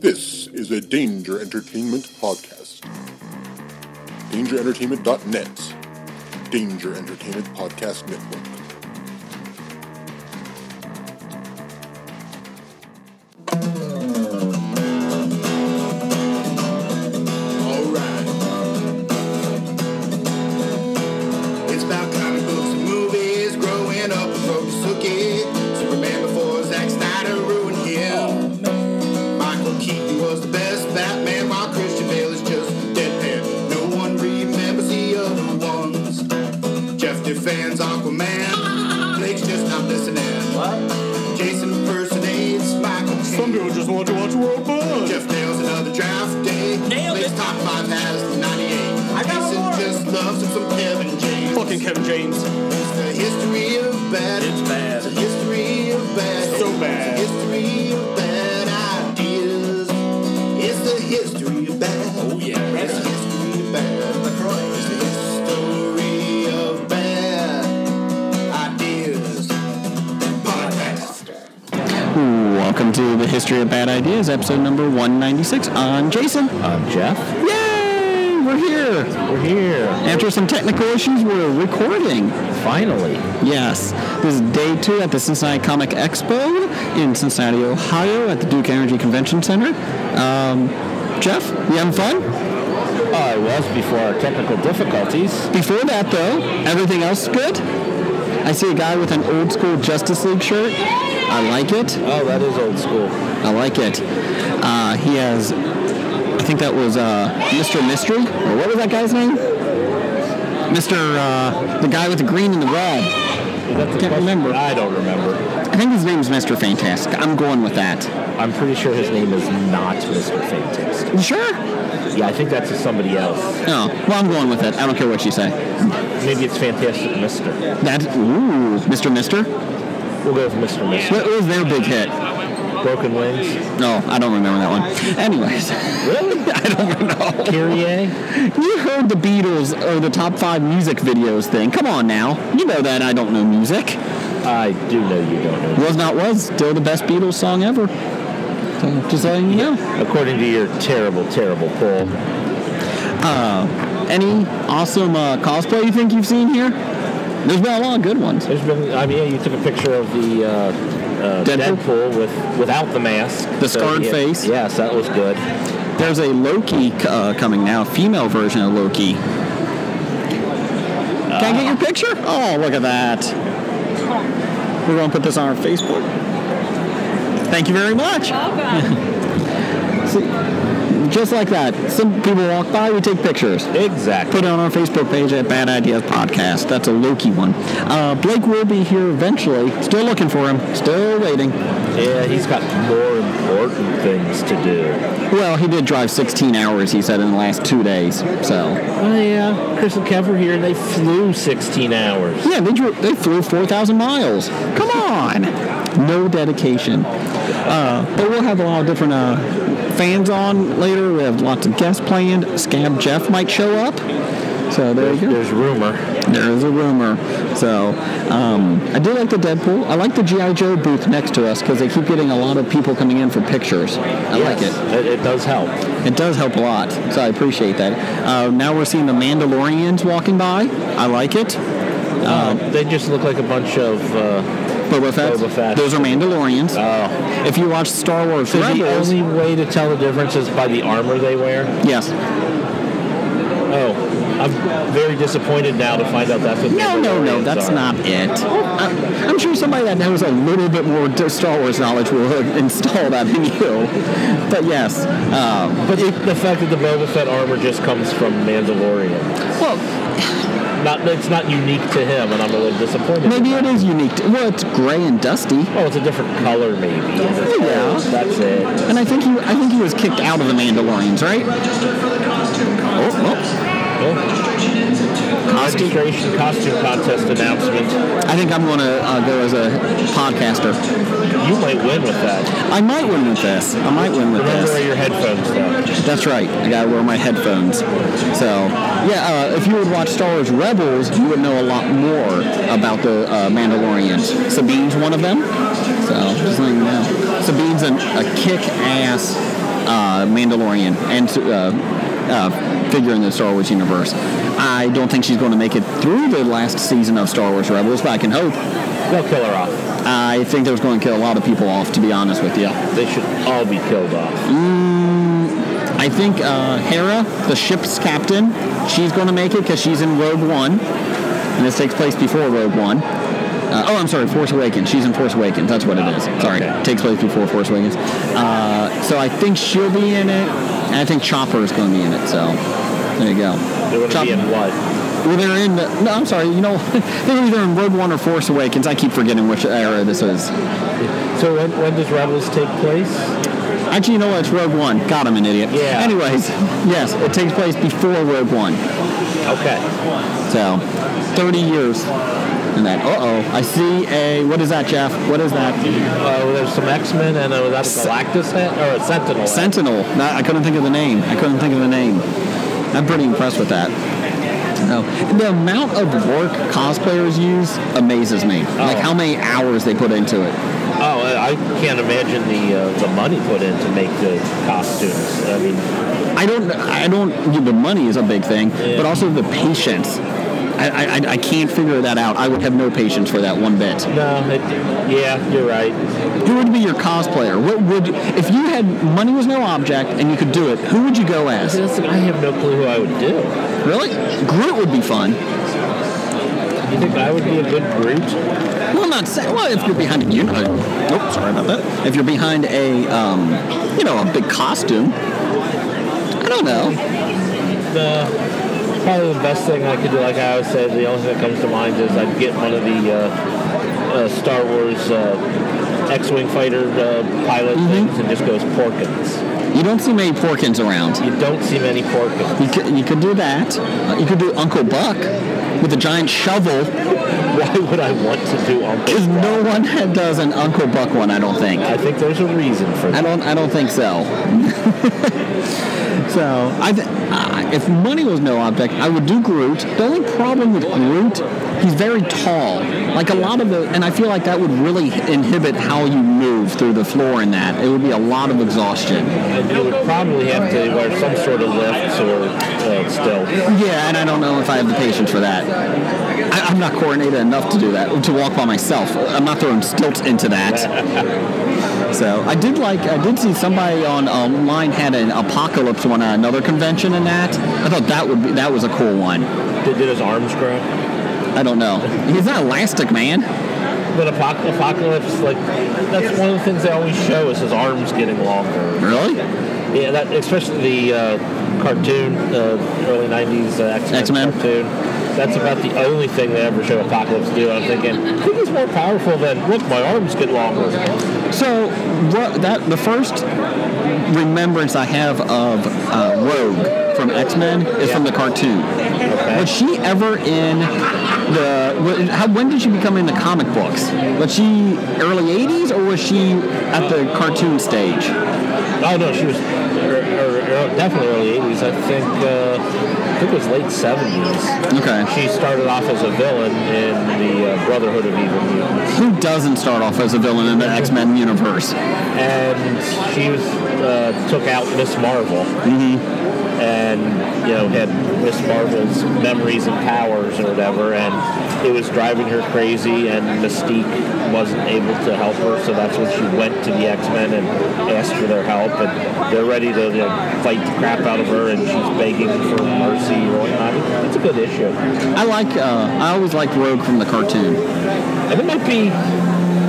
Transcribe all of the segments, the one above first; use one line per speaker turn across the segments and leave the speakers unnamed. This is a Danger Entertainment podcast. DangerEntertainment.net. Danger Entertainment Podcast Network.
Alright. It's about comic books and movies, growing up with folks who get Superman before Zack Snyder ruined him. Michael Keaton was the best Batman, while Christian Bale is just deadpan. No one remembers the other ones. Jeff defends Aquaman, Blake's just not listening. Jason impersonates Michael Keaton.
people just want to watch world burn.
Jeff nails another draft day.
Nailed
Blake's
it.
top five has 98.
I got
Jason
one more.
just loves him some Kevin James.
Fucking Kevin James.
It's the history of bad.
It's bad.
It's the history of bad.
So bad.
It's the history of bad ideas. It's the history of bad.
Oh, yeah.
It's the history of bad. It's the history of bad ideas. Podcast.
Welcome to the History of Bad Ideas, episode number 196. I'm Jason.
I'm Jeff.
Yay! We're here.
We're here.
After some technical issues, we're recording.
Finally.
Yes, this is day two at the Cincinnati Comic Expo in Cincinnati, Ohio, at the Duke Energy Convention Center. Um, Jeff, you having fun?
Oh, I was before our technical difficulties.
Before that, though, everything else good? I see a guy with an old school Justice League shirt. I like it.
Oh, that is old school.
I like it. Uh, he has, I think that was uh, Mr. Mystery, or what was that guy's name? Mr. Uh, the guy with the green and the red.
Can't
remember.
I don't remember.
I think his name's Mr. Fantastic. I'm going with that.
I'm pretty sure his name is not Mr. Fantastic.
You sure?
Yeah, I think that's somebody else.
No. Well, I'm going with it. I don't care what you say.
Maybe it's Fantastic Mr.
That, ooh, Mr. Mister?
We'll go with Mr. Mr.
What was their big hit?
Broken Wings.
No, I don't remember that one. Anyways,
Really?
I don't know.
Kyrie?
You heard the Beatles or the top five music videos thing. Come on now. You know that I don't know music.
I do know you don't know.
Was Not Was still the best Beatles song ever. So, Just letting you know.
According to your terrible, terrible poll,
Any awesome uh, cosplay you think you've seen here? There's been a lot of good ones.
there's been. I mean, yeah, you took a picture of the uh, uh,
Deadpool?
Deadpool? with without the mask,
The scarred
yeah,
face?
Yes, that was good.
There's a Loki uh, coming now, female version of Loki. Can I get your picture? Oh, look at that. We're going to put this on our Facebook. Thank you very much. See, just like that. Some people walk by, we take pictures.
Exactly.
put it on our Facebook page at Bad Ideas Podcast. That's a Loki one. Uh, Blake will be here eventually. Still looking for him. Still waiting.
Yeah, he's got more important things to do.
Well, he did drive 16 hours, he said, in the last two days. So,
Oh yeah, Chris and Kev were here, and they flew 16 hours.
yeah, they, drew, they flew 4,000 miles. Come on. No dedication. Uh, but we'll have a lot of different uh, fans on later. We have lots of guests planned. Scab Jeff might show up. So there you go.
There's rumor.
There is a rumor. So um, I do like the Deadpool. I like the GI Joe booth next to us because they keep getting a lot of people coming in for pictures. I like
it. It does help.
it. It does help a lot, so I appreciate that. Uh, now we're seeing the Mandalorians walking by. I like it.
They just look like a bunch of. Uh,
Boba Fett.
Boba Fett. Oh.
Those are Mandalorians. if you watch Star Wars
so the
Rebels,
only way to tell the difference is by the armor they wear.
yes.
Oh, I'm very disappointed now to find out that's what.
No, no, no,
Mandalorians
that's
are.
not it. I, I'm sure somebody that knows a little bit more d- Star Wars knowledge will install that in you. But yes, um,
But the fact that the Boba Fett armor just comes from Mandalorian,
well,
not it's not unique to him, and I'm a little disappointed.
Maybe it is unique. To, well, it's gray and dusty,
Oh, it's a different color, maybe.
Yeah.
That's it.
and I think he, I think he was kicked out of the Mandalorians, right? Oh,
Costume. Registration costume contest announcement.
oh. I think I'm going to uh, go as a podcaster.
You might win with that.
I might win with this. I might win with
Remember
this.
your headphones though.
That's right. I gotta wear my headphones. So, yeah, uh, if you would watch Star Wars Rebels, you would know a lot more about the uh, Mandalorians. Sabine's one of them. So, just letting you know. Sabine's an, a kick-ass uh, Mandalorian and uh, uh, figure in the Star Wars universe. I don't think she's going to make it through the last season of Star Wars Rebels, but I can hope.
They'll kill her off.
I think they're going to kill a lot of people off, to be honest with you.
They should all be killed off.
I think uh, Hera, the ship's captain, she's going to make it because she's in Rogue One, and this takes place before Rogue One. Uh, oh, I'm sorry, Force Awakens. She's in Force Awakens. That's what it is. Sorry,
okay.
takes place before Force Awakens. Uh, so I think she'll be in it, and I think Chopper is going to be in it. So there you go.
They're going to
Chop-
be in what?
well, they're in. The, no, I'm sorry. You know, they're either in Rogue One or Force Awakens. I keep forgetting which era this is.
So when, when does Rebels take place?
Actually, you know what? It's Rogue One. God, I'm an idiot.
Yeah.
Anyways, yes, it takes place before Rogue One.
Okay.
So, 30 years in that. Uh-oh. I see a, what is that, Jeff? What is that?
Uh, there's some X-Men and uh, that's Galactus head or a Sentinel. head.
Sentinel. No, I couldn't think of the name. I couldn't think of the name. I'm pretty impressed with that. No. The amount of work cosplayers use amazes me. Like
Oh.
how many hours they put into it.
Oh, I I can't imagine the uh, the money put in to make the costumes. I mean,
I don't, I don't, the money is a big thing, but also the patience. I, I, I- I can't figure that out. I would have no patience for that one bit.
no, it, yeah, you're right.
Who would be your cosplayer? What would if you had money was no object and you could do it? Who would you go as?
That's- I have no clue who I would do.
Really, Groot would be fun.
You think I would be a good Groot?
Well, I'm not saying. Well, if you're behind a, you know, nope, sorry about that. If you're behind a, um, you know, a big costume, I don't know.
Probably the best thing I could do, like I always say, the only thing that comes to mind is I'd get one of the uh, uh, Star Wars uh, X-wing fighter uh, pilot things and just goes Porkins.
You don't see many Porkins around.
You don't see many Porkins.
You could, you could do that. Uh, You could do Uncle Buck with a giant shovel,
Why would I want to do Uncle?
because
Buck?
no one had- does an Uncle Buck one. I don't think.
I think there's a reason for
I
that.
don't. I don't think so. so I, th- uh, if money was no object, I would do Groot. The only problem with Groot, he's very tall. Like a lot of the, and I feel like that would really inhibit how you move through the floor. In that, it would be a lot of exhaustion.
And you would probably have to wear some sort of lifts or uh, still.
Yeah, and I don't know if I have the patience for that. I, I'm not coordinated enough to do that, to walk by myself. I'm not throwing stilts into that. so I did like, I did see somebody on online had an apocalypse one at another convention and that. I thought that would be, that was a cool one.
Did, did his arms grow?
I don't know. He's not elastic, man.
But apoc- Apocalypse, like, that's one of the things they always show is his arms getting longer.
Really?
Yeah, that especially the uh, cartoon, uh, early 90s uh, X-Men,
X-Men.
cartoon. That's about the only thing they ever show Apocalypse do. I'm thinking, I think he's more powerful than, look, my arms get longer.
So Ro- that the first remembrance I have of uh, Rogue from X Men is from the cartoon. Was she ever in the? wa- How, when did she become in the comic books? Was she early '80s or was she at the cartoon stage?
Oh, no, she was er, er, er, definitely early 80s. I think, uh, I think it was late 70s.
Okay.
She started off as a villain in the uh, Brotherhood of Evil Mutants.
Who doesn't start off as a villain in the X Men universe?
and she was uh, took out Miss Marvel, and you know had Miss Marvel's memories and powers or whatever, and it was driving her crazy, and Mystique wasn't able to help her, so that's when she went to the X Men and asked for their help, and they're ready to you know, fight the crap out of her, and she's begging for mercy or whatnot. It's a good issue,
I like. Uh, I always liked Rogue from the cartoon.
and it might be.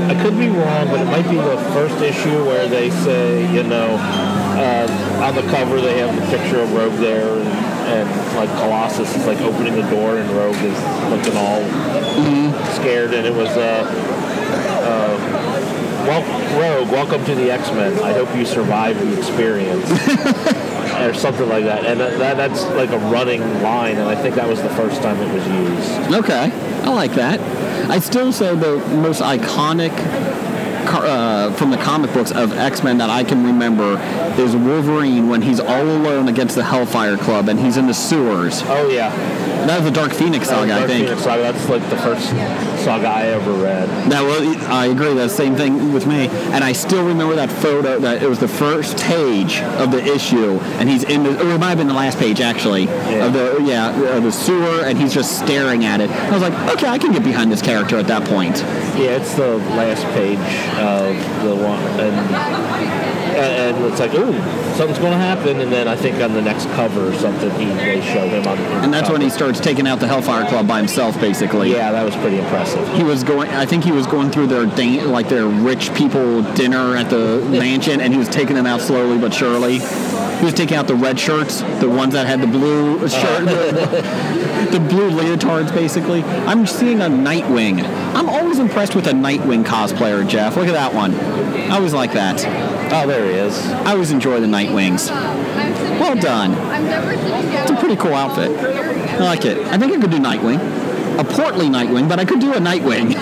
I could be wrong, but it might be the first issue where they say, you know, uh, on the cover they have the picture of Rogue there, and, and like Colossus is like opening the door, and Rogue is looking all scared, and it was, uh, uh, well, Rogue, welcome to the X Men. I hope you survive the experience. Or something like that, and that, that, that's like a running line, and I think that was the first time it was used.
Okay, I like that. I still say the most iconic car, uh, from the comic books of X Men that I can remember is Wolverine when he's all alone against the Hellfire Club and he's in the sewers.
Oh yeah,
that was the Dark Phoenix saga, I
Dark
think.
Phoenix Saga, that's like the first saga I ever read.
That was, I agree. That same thing with me. And I still remember that photo. That it was the first page of the issue, and he's in the. Or it might have been the last page actually of the yeah of the sewer, and he's just staring at it. I was like, okay, I can get behind this character at that point.
Yeah, it's the last page of the one, and and and it's like, ooh, something's going to happen, and then I think on the next cover or something, he they show him on.
And that's when he starts taking out the Hellfire Club by himself, basically.
Yeah, that was pretty impressive.
He was going. I think he was going through their dan- like their rich people dinner at the mansion, and he was taking them out slowly but surely. He was taking out the red shirts, the ones that had the blue shirt, the, the blue leotards, basically. I'm seeing a Nightwing. I'm always impressed with a Nightwing cosplayer, Jeff. Look at that one. I always like that.
Oh, there he is.
I always enjoy the Nightwings.
Well
done.
It's
a pretty cool outfit. I like it. I think I could do Nightwing. A portly Nightwing, but I could do a Nightwing.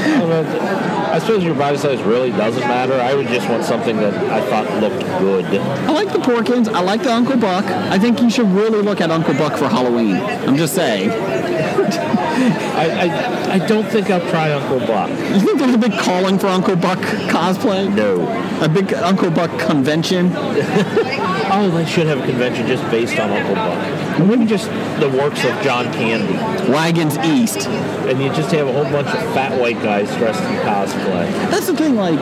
I suppose your body size really doesn't matter. I would just want something that I thought looked good.
I like the Porkins. I like the Uncle Buck. I think you should really look at Uncle Buck for Halloween. I'm just saying.
I, I, I don't think I'll try Uncle Buck.
You think there's a big calling for Uncle Buck cosplay?
No.
A big Uncle Buck convention?
Oh, they should have a convention just based on Uncle Buck. Maybe just the works of John Candy.
Wagons East.
And you just have a whole bunch of fat white guys dressed in cosplay.
That's the thing, like,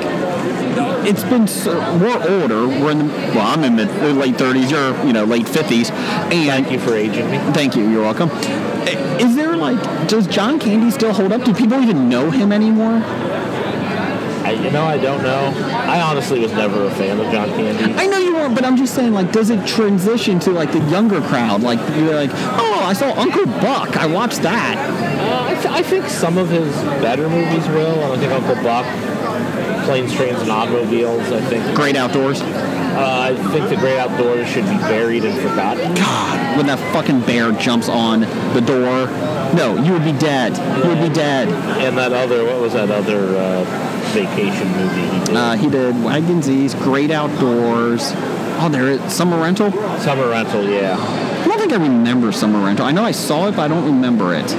it's been, so, we're older. We're in the, well, I'm in the late 30s, you're, you know, late 50s. And
Thank you for aging me.
Thank you. You're welcome. Eh, Is there like, does John Candy still hold up? Do people even know him anymore?
I, you know, I don't know. I honestly was never a fan of John Candy. Uh,
I know you weren't, but I'm just saying, like, does it transition to like the younger crowd? Like, you're like, oh, I saw Uncle Buck. I watched that.
Uh, I, th- I think some of his better movies will. I don't think Uncle Buck, Planes, Trains, and Automobiles, I think.
Great outdoors.
Uh, I think The Great Outdoors should be buried and forgotten.
God, when that fucking bear jumps on the door, no, you would be dead. You would be dead.
And that other, what was that other uh, vacation movie he did?
Uh, he did Wagons East, Great Outdoors. Oh, there it. Summer Rental.
Summer Rental, yeah.
I don't think I remember Summer Rental. I know I saw it, but I don't remember it.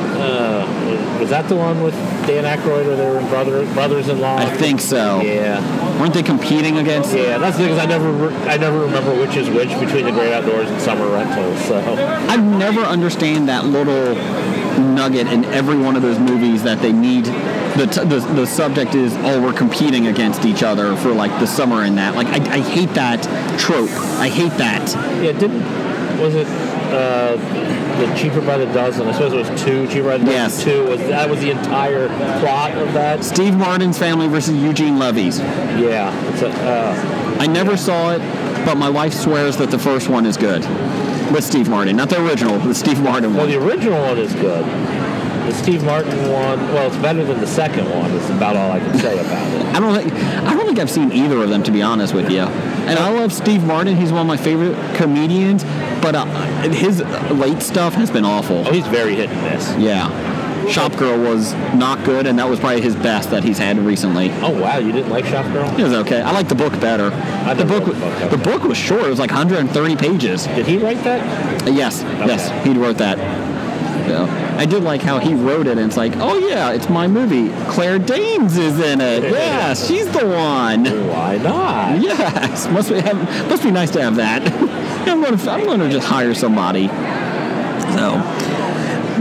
Was that the one with Dan Aykroyd or they were brother, brothers-in-law?
I think so.
Yeah.
Weren't they competing against?
Yeah, that's the thing is I never, re- I never remember which is which between The Great Outdoors and Summer Rental, so.
I never understand that little nugget in every one of those movies that they need. The, t- the, the subject is, oh, we're competing against each other for like the summer in that. Like, I, I hate that trope. I hate that.
Yeah, didn't, was it, uh, the Cheaper by the Dozen? I suppose it was two, Cheaper by the Dozen
Yes.
two. Was, that was the entire plot of that?
Steve Martin's family versus Eugene Levy's.
Yeah. It's a, uh,
I never saw it, but my wife swears that the first one is good. With Steve Martin, not the original, the Steve Martin
Well,
one.
the original one is good. The Steve Martin one, well, it's better than the second one. Is about all I can say about it.
I don't think I don't think I've seen either of them to be honest with you. And I love Steve Martin; he's one of my favorite comedians. But uh, his late stuff has been awful.
Oh, he's very hit and miss.
Yeah, Shop Girl was not good, and that was probably his best that he's had recently.
Oh wow, you didn't like Shop Girl?
It was okay. I like the book better.
I
the
did
book,
like
the
the book,
book was short. It was like 130 pages. Uh,
Did he write that?
Yes, yes, he wrote that. Yeah. I did like how he wrote it, and it's like, oh yeah, it's my movie. Claire Danes is in it. Yeah, she's the one.
Why not?
Yes, must be have, must be nice to have that. I'm going to I'm going to just hire somebody. So,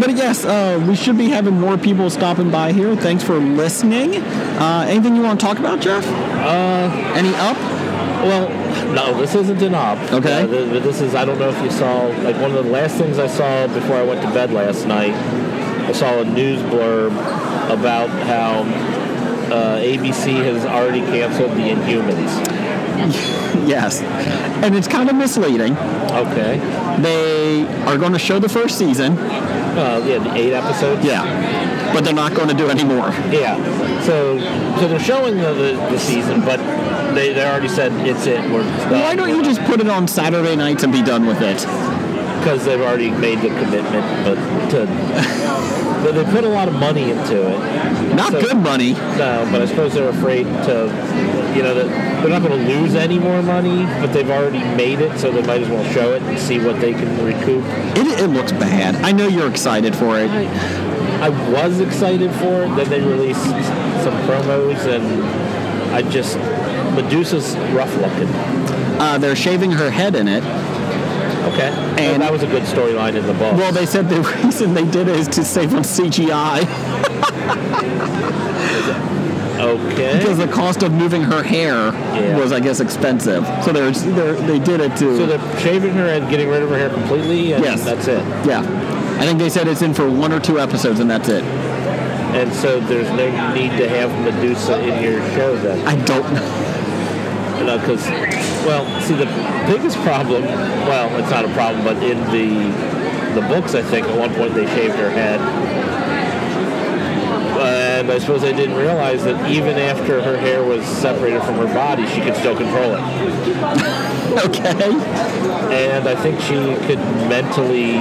but yes, uh, we should be having more people stopping by here. Thanks for listening. Uh, anything you want to talk about, Jeff? Uh, any up?
Well, no, this isn't an op.
Okay.
Uh, th- but this is. I don't know if you saw. Like one of the last things I saw before I went to bed last night, I saw a news blurb about how uh, ABC has already canceled The Inhumans.
Yes, and it's kind of misleading.
Okay.
They are going to show the first season.
Uh, yeah, the eight episodes.
Yeah, but they're not going to do any more.
Yeah. So so they're showing the, the, the season, but they, they already said it's it. We're done.
Why don't you just put it on Saturday nights and be done with it?
because they've already made the commitment, but to but they put a lot of money into it.
Not
So-
good money.
No, but I suppose they're afraid to, you know, that they're not going to lose any more money, but they've already made it, so they might as well show it and see what they can recoup.
It, it looks bad. I know you're excited for it.
I was excited for it. Then they released some promos, and I just Medusa's rough looking.
Uh, they're shaving her head in it.
Okay,
And-
and that was a good storyline in the book.
Well, they said the reason they did it is to save on CGI
okay.
because the cost of moving her hair
Yeah.
was, I guess, expensive. So they're, they're, they did it to.
So they're shaving her and getting rid of her hair completely, and
Yes.
that's it.
yeah. I think they said it's in for one or two episodes and that's it.
And so there's no need to have Medusa in your show then.
I don't know.
you know, because, well, see, the biggest problem, well, it's not a problem, but in the the books, I think, at one point they shaved her head. And I suppose I didn't realize that even after her hair was separated from her body, she could still control it.
Okay.
And I think she could mentally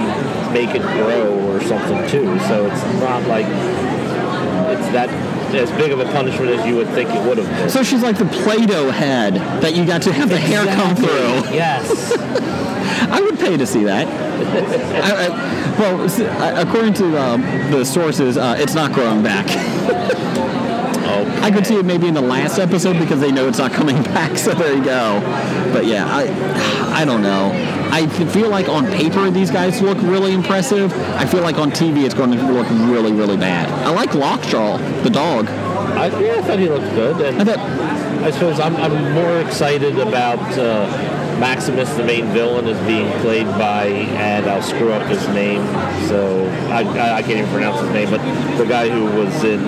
make it grow or something too. So it's not like it's that as big of a punishment as you would think it would have been.
So she's like the Play Doh head that you got to have the hair come through.
Yes.
I would pay to see that. I, I, well, s- uh, according to um, the sources, uh, it's not growing back.
okay.
I could see it maybe in the last episode because they know it's not coming back. So there you go. But yeah, I I don't know. I feel like on paper these guys look really impressive. I feel like on TV it's going to look really really bad. I like Lockjaw, the dog.
I, yeah, I thought he looked good,
I
and
thought
I suppose I'm, I'm more excited about uh, Maximus, the main villain, is being played by, and I'll screw up his name, so I, I, I can't even pronounce his name, but the guy who was in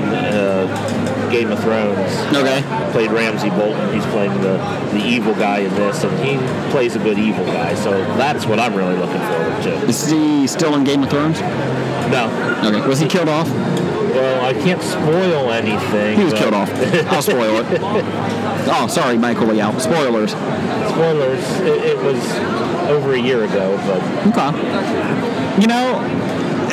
uh, Game of Thrones
okay.
played Ramsey Bolton. He's playing the, the evil guy in this, and he plays a good evil guy, so that's what I'm really looking forward to.
Is he still in Game of Thrones?
No,
Okay. Was he killed off?
well, I can't spoil anything.
He was
but-
killed off. I'll spoil it. Oh, sorry, Michael Liao. Spoilers.
Spoilers, it, it was over a year ago, but
Okay. You know,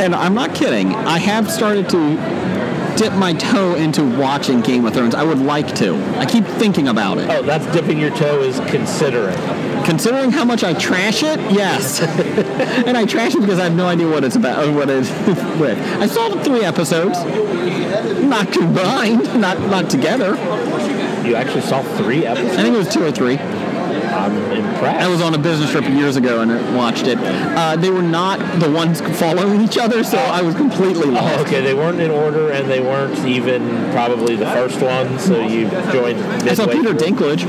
and I'm not kidding. I have started to dip my toe into watching Game of Thrones. I would like to. I keep thinking about it.
Oh, that's dipping your toe is considering.
Considering how much I trash it, yes. and I trash it because I have no idea what it's about. uh, What it's with. I saw the three episodes, not combined, not not together.
You actually saw three
I
episodes.
think it was two or three.
I'm
I
impressed.
was on a business trip years ago and watched it. Uh, they were not the ones following each other, so I was completely
Oh,
lost.
okay, they weren't in order, and they weren't even probably the first one. So you joined midway.
I saw Peter Dinklage.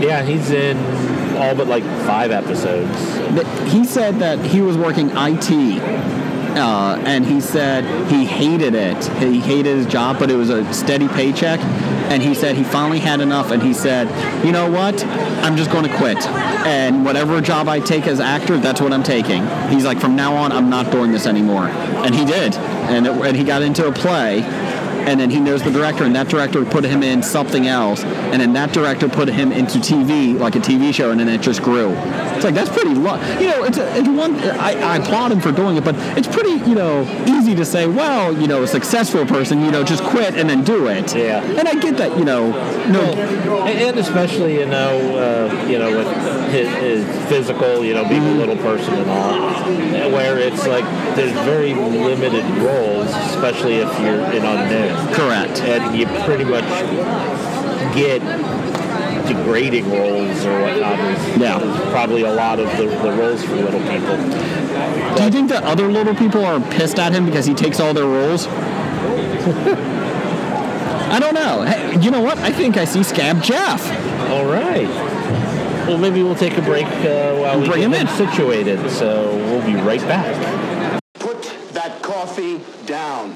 Yeah, he's in all but like five episodes.
that- He said that he was working IT, uh, and he said he hated it. He hated his job, but it was a steady paycheck. And he said he finally had enough, and he said, "You know what? I'm just going to quit. And whatever job I take as actor, that's what I'm taking." He's like, "From now on, I'm not doing this anymore." And he did, and it, and he got into a play. and then he knows the director, and that director put him in something else, and then that director put him into TV, like a TV show, and then it just grew. It's like that's pretty, lo- you know, it's, a, it's one. I, I applaud him for doing it, but it's pretty, you know, easy to say, well, you know, a successful person, you know, just quit and then do it.
Yeah.
And I get that, you know, no,
And and especially you know uh, you know with his, his physical you know being a little person and all, where it's like there's very limited roles, especially if you're in unknown.
correct.
and you pretty much get degrading roles or whatnot. Is,
Yeah.
is probably a lot of the, the roles for little people.
Do you think that other little people are pissed at him because he takes all their roles? I don't know. Hey, you know what? I think I see Scab Jeff.
All right. Well, maybe we'll take a break uh, while we
Bring
get
him
him
in.
situated. So we'll be right back.
Put that coffee down.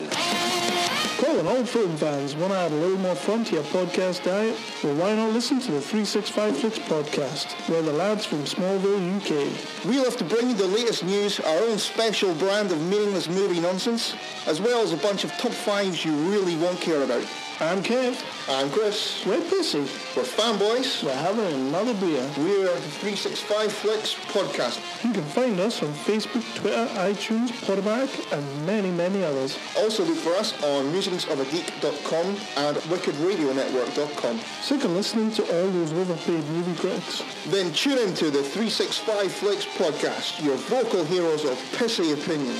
Calling all film fans, want to add a little more fun to your podcast diet? Well, why not listen to the 365 Flicks podcast? We're the lads from Smallville, UK.
We love to bring you the latest news, our own special brand of meaningless movie nonsense, as well as a bunch of top fives you really won't care about.
I'm Kev.
I'm Chris.
We're pissy.
We're fanboys.
We're having another beer.
We're the 365 Flicks podcast.
You can find us on Facebook, Twitter, iTunes, Podback, and many, many others.
Also look for us on musicsofageek.com and wickedradionetwork.com.
Sick of listening to all those overpaid movie critics.
Then tune into the 365 Flicks podcast, your vocal heroes of pissy opinion.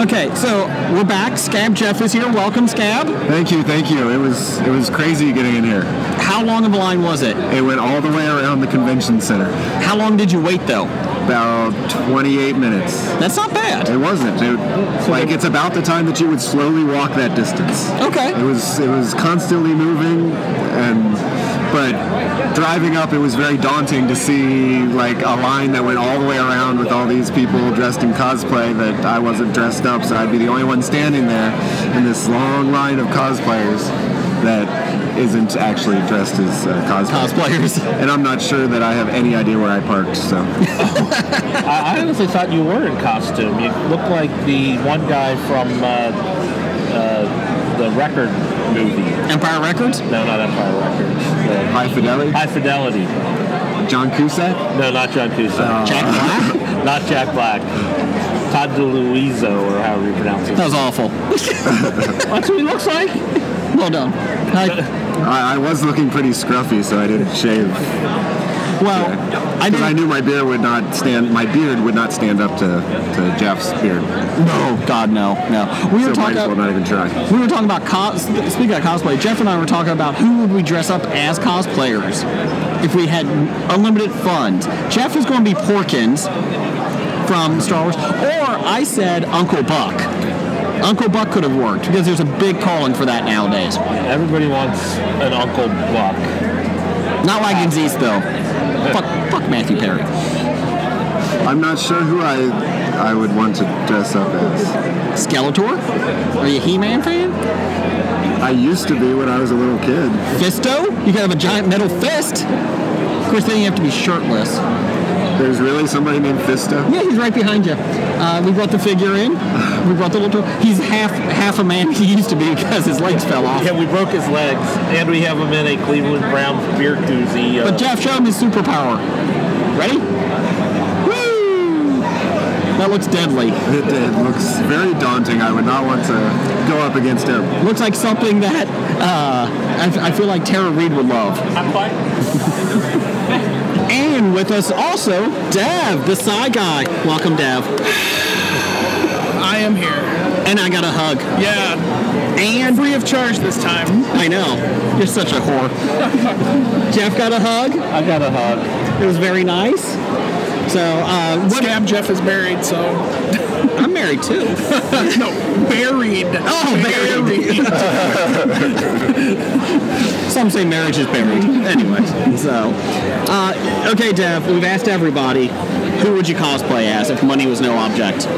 Okay, so we're back. Scab Jeff is here. Welcome, Scab.
Thank you, thank you. It was it was crazy getting in here.
How long of a line was it?
It went all the way around the convention center,
How long did you wait, though?
about 28 minutes.
That's not bad.
It wasn't. It, like it's about the time that you would slowly walk that distance. It
Okay.
was it was constantly moving, and but driving up, it was very daunting to see like a line that went all the way around with all these people dressed in cosplay that I wasn't dressed up, so I'd be the only one standing there in this long line of cosplayers that isn't actually dressed as uh, cosplay.
Cosplayers.
And I'm not sure that I have any idea where I parked, so
I, I honestly thought you were in costume. You looked like the one guy from uh, uh, the record movie.
Empire Records?
No, not Empire Records.
high fidelity.
The High Fidelity.
John Cusack.
No, not John Cusack. Jack Black? not Jack Black. Todd DeLuiso, or however you pronounce it.
That was awful.
That's what he looks like.
Well done. I,
I, I was looking pretty scruffy, so I didn't shave.
well, I
Because I
didn't.
knew my beard would not stand. My beard would not stand up to, to Jeff's beard.
No, God, no, no. We
So
were
might
talking.
as well not even try.
We were talking about cos. Speaking of cosplay, Jeff and I were talking about who would we dress up as cosplayers if we had unlimited funds. Jeff was going to be Porkins from Star Wars, or I said Uncle Buck. Uncle Buck could have worked because there's a big calling for that nowadays.
Everybody wants an Uncle Buck.
Not like in Zeus though. fuck, fuck Matthew Perry.
I'm not sure who I I would want to dress up as.
Skeletor? Are you a He-Man fan?
I used to be when I was a little kid.
Fisto? You could have a giant metal fist. Of course, then you have to be shirtless.
There's really somebody named Fisto.
Yeah, he's right behind you. Uh, we brought the figure in. We brought the little. He's half half a man he used to be because his legs fell off.
Yeah, we broke his legs, and we have him in a Cleveland Browns beer koozie. Uh,
But Jeff, show him his superpower. Ready? Woo! That looks deadly.
It, it looks very daunting. I would not want to go up against him.
Looks like something that uh, I, f- I feel like Tara Reid would love. And with us also, Dev, the side guy. Welcome, Dev.
I am here.
And I got a hug.
Yeah,
And
free of charge this time.
I know. You're such a whore. Jeff got a hug.
I got a hug.
It was very nice. So, uh, what,
Scab Jeff is buried, so
I'm married too.
no buried.
Oh, buried. Some say Oh, marriage is buried. Anyway, so uh, okay, Dev. We've asked everybody, who would you cosplay as if money was no object?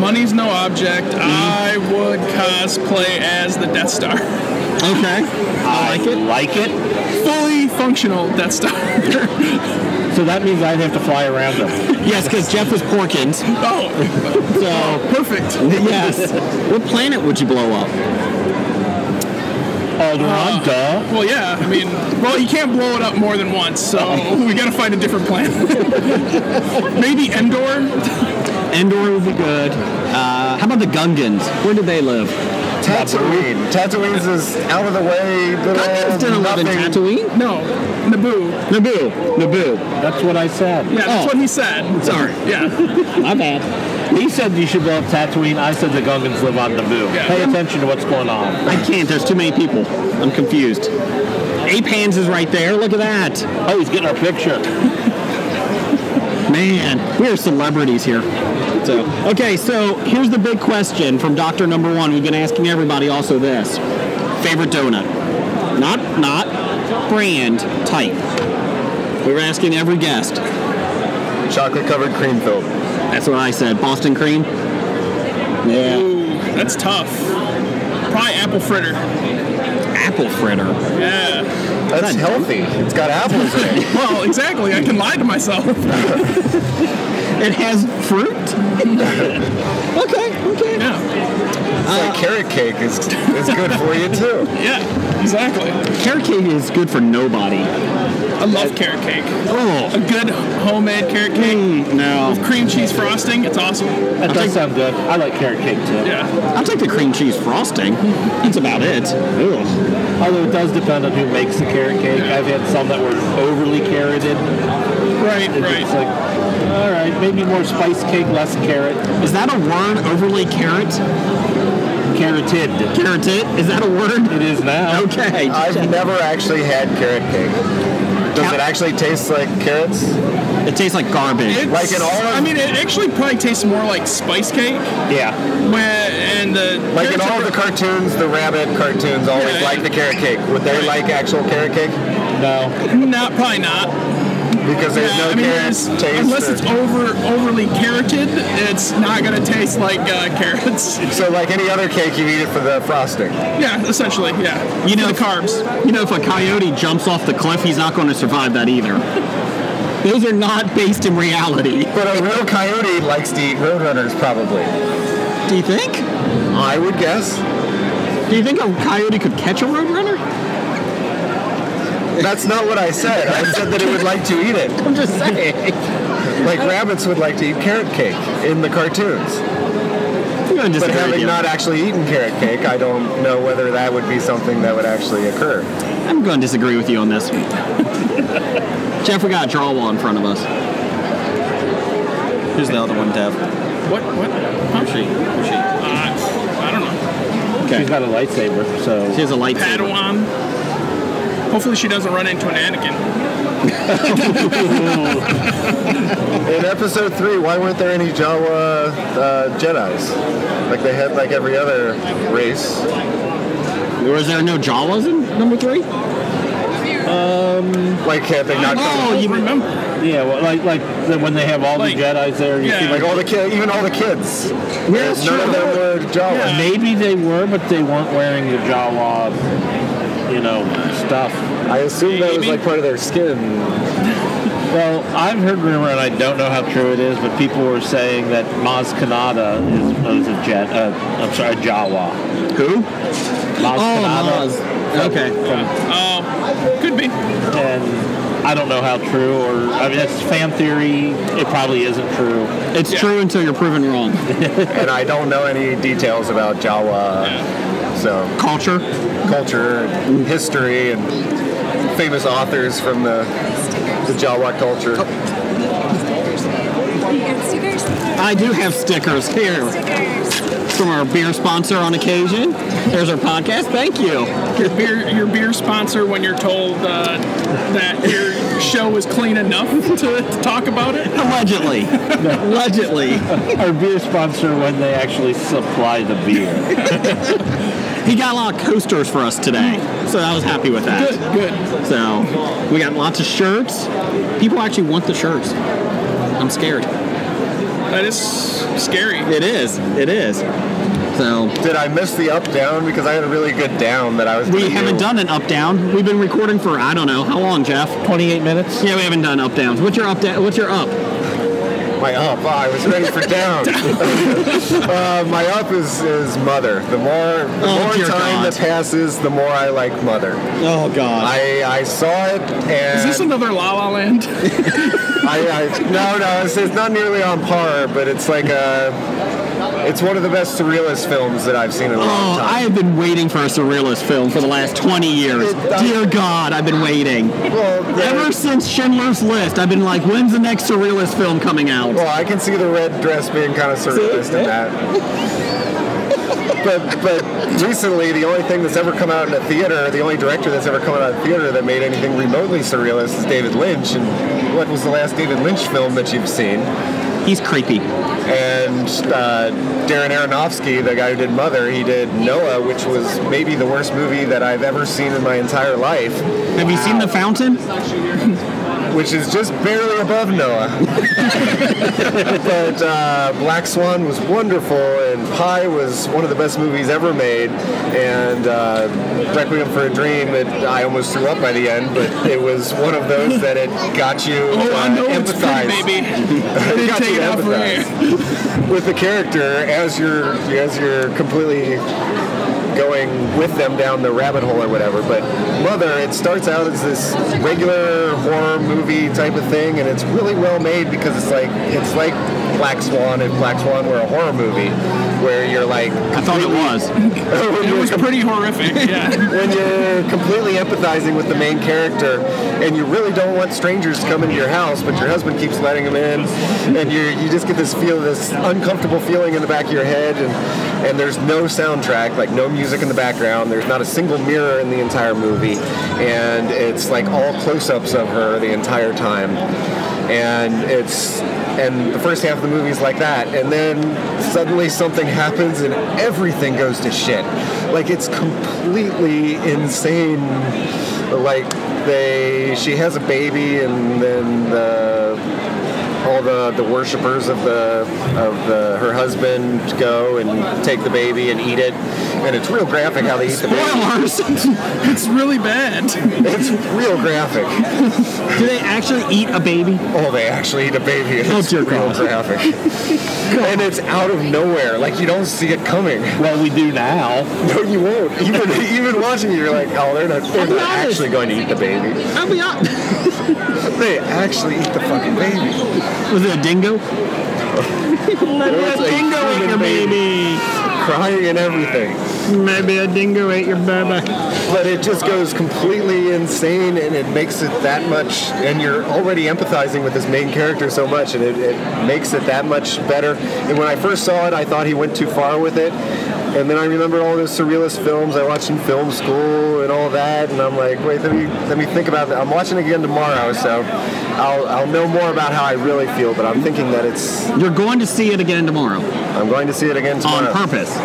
Money's no object. I would cosplay as the Death Star,
Okay, I like it.
Like it?
fully functional Death Star.
So that means I'd have to fly around him.
Yes, because Jeff was Porkins.
oh,
So
perfect.
yes, what planet would you blow up?
Alderaan,
Uh,
duh.
Well, yeah. I mean, well, you can't blow it up more than once, so we gotta find a different planet. Maybe Endor.
Endor would be good. Uh, how about the Gungans? Where do they live?
Tatooine. Tatooine's this out of the way
Um,
Gungans didn't
little
live in
nothing.
Tatooine.
No, Oh, Naboo.
Naboo. Naboo.
That's what I said.
Yeah, that's
Oh.
what he said.
Sorry,
Yeah,
my bad.
He said you should blow up Tatooine. I said the Gungans live on Naboo.
Yeah.
Pay attention to what's going on.
I can't. There's too many people. I'm confused. Ape Hands is right there. Look at that.
Oh, he's getting our picture.
Man, we are celebrities here. So, okay, so here's the big question from Doctor Number One. We've been asking everybody also this: favorite donut, not not brand type. We were asking every guest.
Chocolate covered cream filled.
That's what I said. Boston cream. Yeah.
that's tough. Probably apple fritter.
Apple fritter.
Yeah.
That's healthy. It's got apples in it.
Well, exactly. I can lie to myself.
It has fruit? okay, okay.
Yeah,
It's like carrot cake is, is good for you too.
yeah, exactly.
Carrot cake is good for nobody.
I love carrot cake. A
Oh,
good homemade carrot cake
no.
with cream cheese frosting. It's awesome.
That does sound good. I like carrot cake too.
Yeah,
I'll take the cream cheese frosting. That's about it. Ugh.
Although it does depend on who makes the carrot cake. I've had some that were overly carroted.
right,
It's
right.
like, all right, maybe more spice cake, less carrot.
Is that a word? Overly carrot?
Carroted.
Carroted? Is that a word?
It is now.
Okay.
I've never actually had carrot cake. Does it actually taste like carrots?
It tastes like garbage.
It's-
Like an olive-
I mean, it actually probably tastes more like spice cake.
Yeah.
When, and the
Like in
carrots
all
are-
the cartoons, the rabbit cartoons always
Yeah.
like the carrot cake. Would they like actual carrot cake?
No.
not probably not.
Because there's
Yeah,
no
I mean,
carrot
it's-
taste.
unless
or-
it's over overly carroted, it's not gonna taste like uh, carrots.
so like any other cake, you eat it for the frosting.
Yeah, essentially, yeah.
You
For
know-
the carbs.
You know, if a coyote jumps off the cliff, he's not going to survive that either. Those are not based in reality.
But a real coyote likes to eat roadrunners, probably.
Do you think?
I would guess.
Do you think a coyote could catch a roadrunner?
That's not what I said. I said that it would like to eat it.
I'm just saying.
Like rabbits would like to eat carrot cake in the cartoons.
I'm going to
But
disagree with
having
you.
not actually eaten carrot cake, I don't know whether that would be something that would actually occur.
I'm going to disagree with you on this. Jeff, we got a draw wall in front of us. Who's the other one, Dev?
What? What? Huh? She? She? Uh, I don't know.
She's got a lightsaber, so.
She has a lightsaber.
Padawan. Hopefully, she doesn't run into an Anakin.
In episode three, why weren't there any Jawa uh, Jedi's? Like they had like every other race.
Was there no Jawas in number three?
Like had Um, they not
I
Oh.
come?
don't remember?
Yeah, well, like like the, when they have all
Like-
the Jedi's there, you
yeah.
see
Like
like
all the kids, even all the kids.
Yeah,
None of them were Jawa.
Yeah.
maybe they were, but they weren't wearing the Jawa, you know, stuff.
I assume that was like part of their skin.
Well, I've heard rumor, and I don't know how true it is, but people were saying that Maz Kanata is, is a Jet. Uh, I'm sorry, a Jawa.
Who?
Maz
Oh,
Kanata.
Maz. Okay.
From,
Oh, could be.
and I don't know how true, or I mean, that's fan theory. It probably isn't true.
It's
Yeah.
true until you're proven wrong.
And I don't know any details about Jawa. So
Culture.
culture, and history, and famous authors from the, the Jawa culture.
Stickers.
I do have stickers here
Stickers.
from our beer sponsor on occasion. There's our podcast. Thank you.
Your beer, your beer sponsor. When you're told uh, that your show is clean enough to, to talk about it.
Allegedly. Allegedly.
Our beer sponsor when they actually supply the beer.
He got a lot of coasters for us today, so I was happy with that.
Good, good.
So we got lots of shirts. People actually want the shirts. I'm scared.
That is scary.
It is. It is. So
Did I miss the up down? Because I had a really good down that I was.
we
gonna
haven't
do.
done an up down. We've been recording for I don't know how long, Jeff.
28 minutes.
Yeah, we haven't done up downs. What's your up? Da- what's your up?
my up. Ah, I was ready for down. uh, my up is, is mother. The more the
Oh,
more
dear
time
God.
that passes, the more I like mother.
Oh God.
I, I saw it
Is this
and
another La La Land?
I, I no no it's, it's not nearly on par, but it's like a it's one of the best surrealist films that I've seen in a long
Oh,
time.
I have been waiting for a surrealist film for the last 20 years. Dear God, I've been waiting.
well, there-
Ever since Schindler's List, I've been like, when's the next surrealist film coming out?
Well, I can see the red dress being kind of surrealist in that. But but recently, the only thing that's ever come out in a theater, the only director that's ever come out in a theater that made anything remotely surrealist is David Lynch. And what was the last David Lynch film that you've seen?
He's creepy.
And uh, Darren Aronofsky, the guy who did Mother, he did Noah, which was maybe the worst movie that I've ever seen in my entire life.
Have you seen The Fountain?
which is just barely above Noah. but uh, Black Swan was wonderful, and Pie was one of the best movies ever made. And uh, Requiem for a Dream, it, I almost threw up by the end, but it was one of those that it got you
Oh, I
uh,
know it's free,
empathized.
baby. I
It
didn't
got
take
you
it
to
out for
empathize
you.
with the character as you're as you're completely going with them down the rabbit hole or whatever. But Mother, it starts out as this regular horror movie type of thing, and it's really well made because it's like it's like Black Swan if Black Swan were a horror movie, where you're like
I thought it was.
It was pretty horrific. Yeah.
when you're completely empathizing with the main character and you really don't want strangers to come into your house but your husband keeps letting them in and you you just get this feel this uncomfortable feeling in the back of your head and and there's no soundtrack like no music in the background there's not a single mirror in the entire movie and it's like all close-ups of her the entire time and it's and the first half of the movie is like that and then suddenly something happens and everything goes to shit like it's completely insane like they she has a baby and then the all the, the worshippers of the of the her husband go and take the baby and eat it and it's real graphic how they eat the baby
Spoilers. it's really bad.
it's real graphic
Do they actually eat a baby?
Oh, they actually eat a baby. and
Oh,
It's
dear
real
God.
graphic. and it's out of nowhere. Like, you don't see it coming.
Well, we do now.
No, you won't. Even, even watching it, you're like, oh, they're not, they're
honest.
not actually going to eat the baby.
I'll be honest.
They actually eat the fucking baby.
Was it a dingo? Maybe
It was a human Crying and everything.
Maybe a dingo ate your baby.
But it just goes completely insane and it makes it that much, and you're already empathizing with this main character so much, and it, it makes it that much better. And when I first saw it, I thought he went too far with it. And then I remembered all those surrealist films I watched in film school and all that, and I'm like, wait, let me let me think about that. I'm watching it again tomorrow, so I'll, I'll know more about how I really feel. But I'm thinking that it's
You're going to see it again tomorrow
I'm going to see it again
on
tomorrow.
purpose.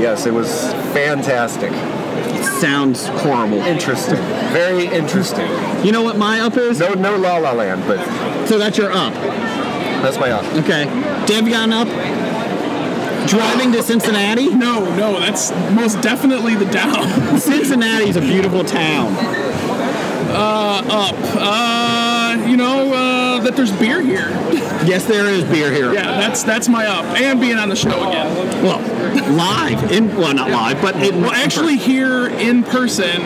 Yes, it was fantastic,
It sounds horrible.
interesting, very interesting.
You know what my up is?
No, no La La Land, but
So that's your up.
That's my op.
Okay. Deb got an up. Driving to Cincinnati?
No, no, that's most definitely the down.
Cincinnati's a beautiful town.
Up. Uh, you know uh, that there's beer here.
Yes, there is beer here.
Yeah, that's that's my up. And being on the show again.
Well, live. In, well, not live, but in,
Well, actually, here in person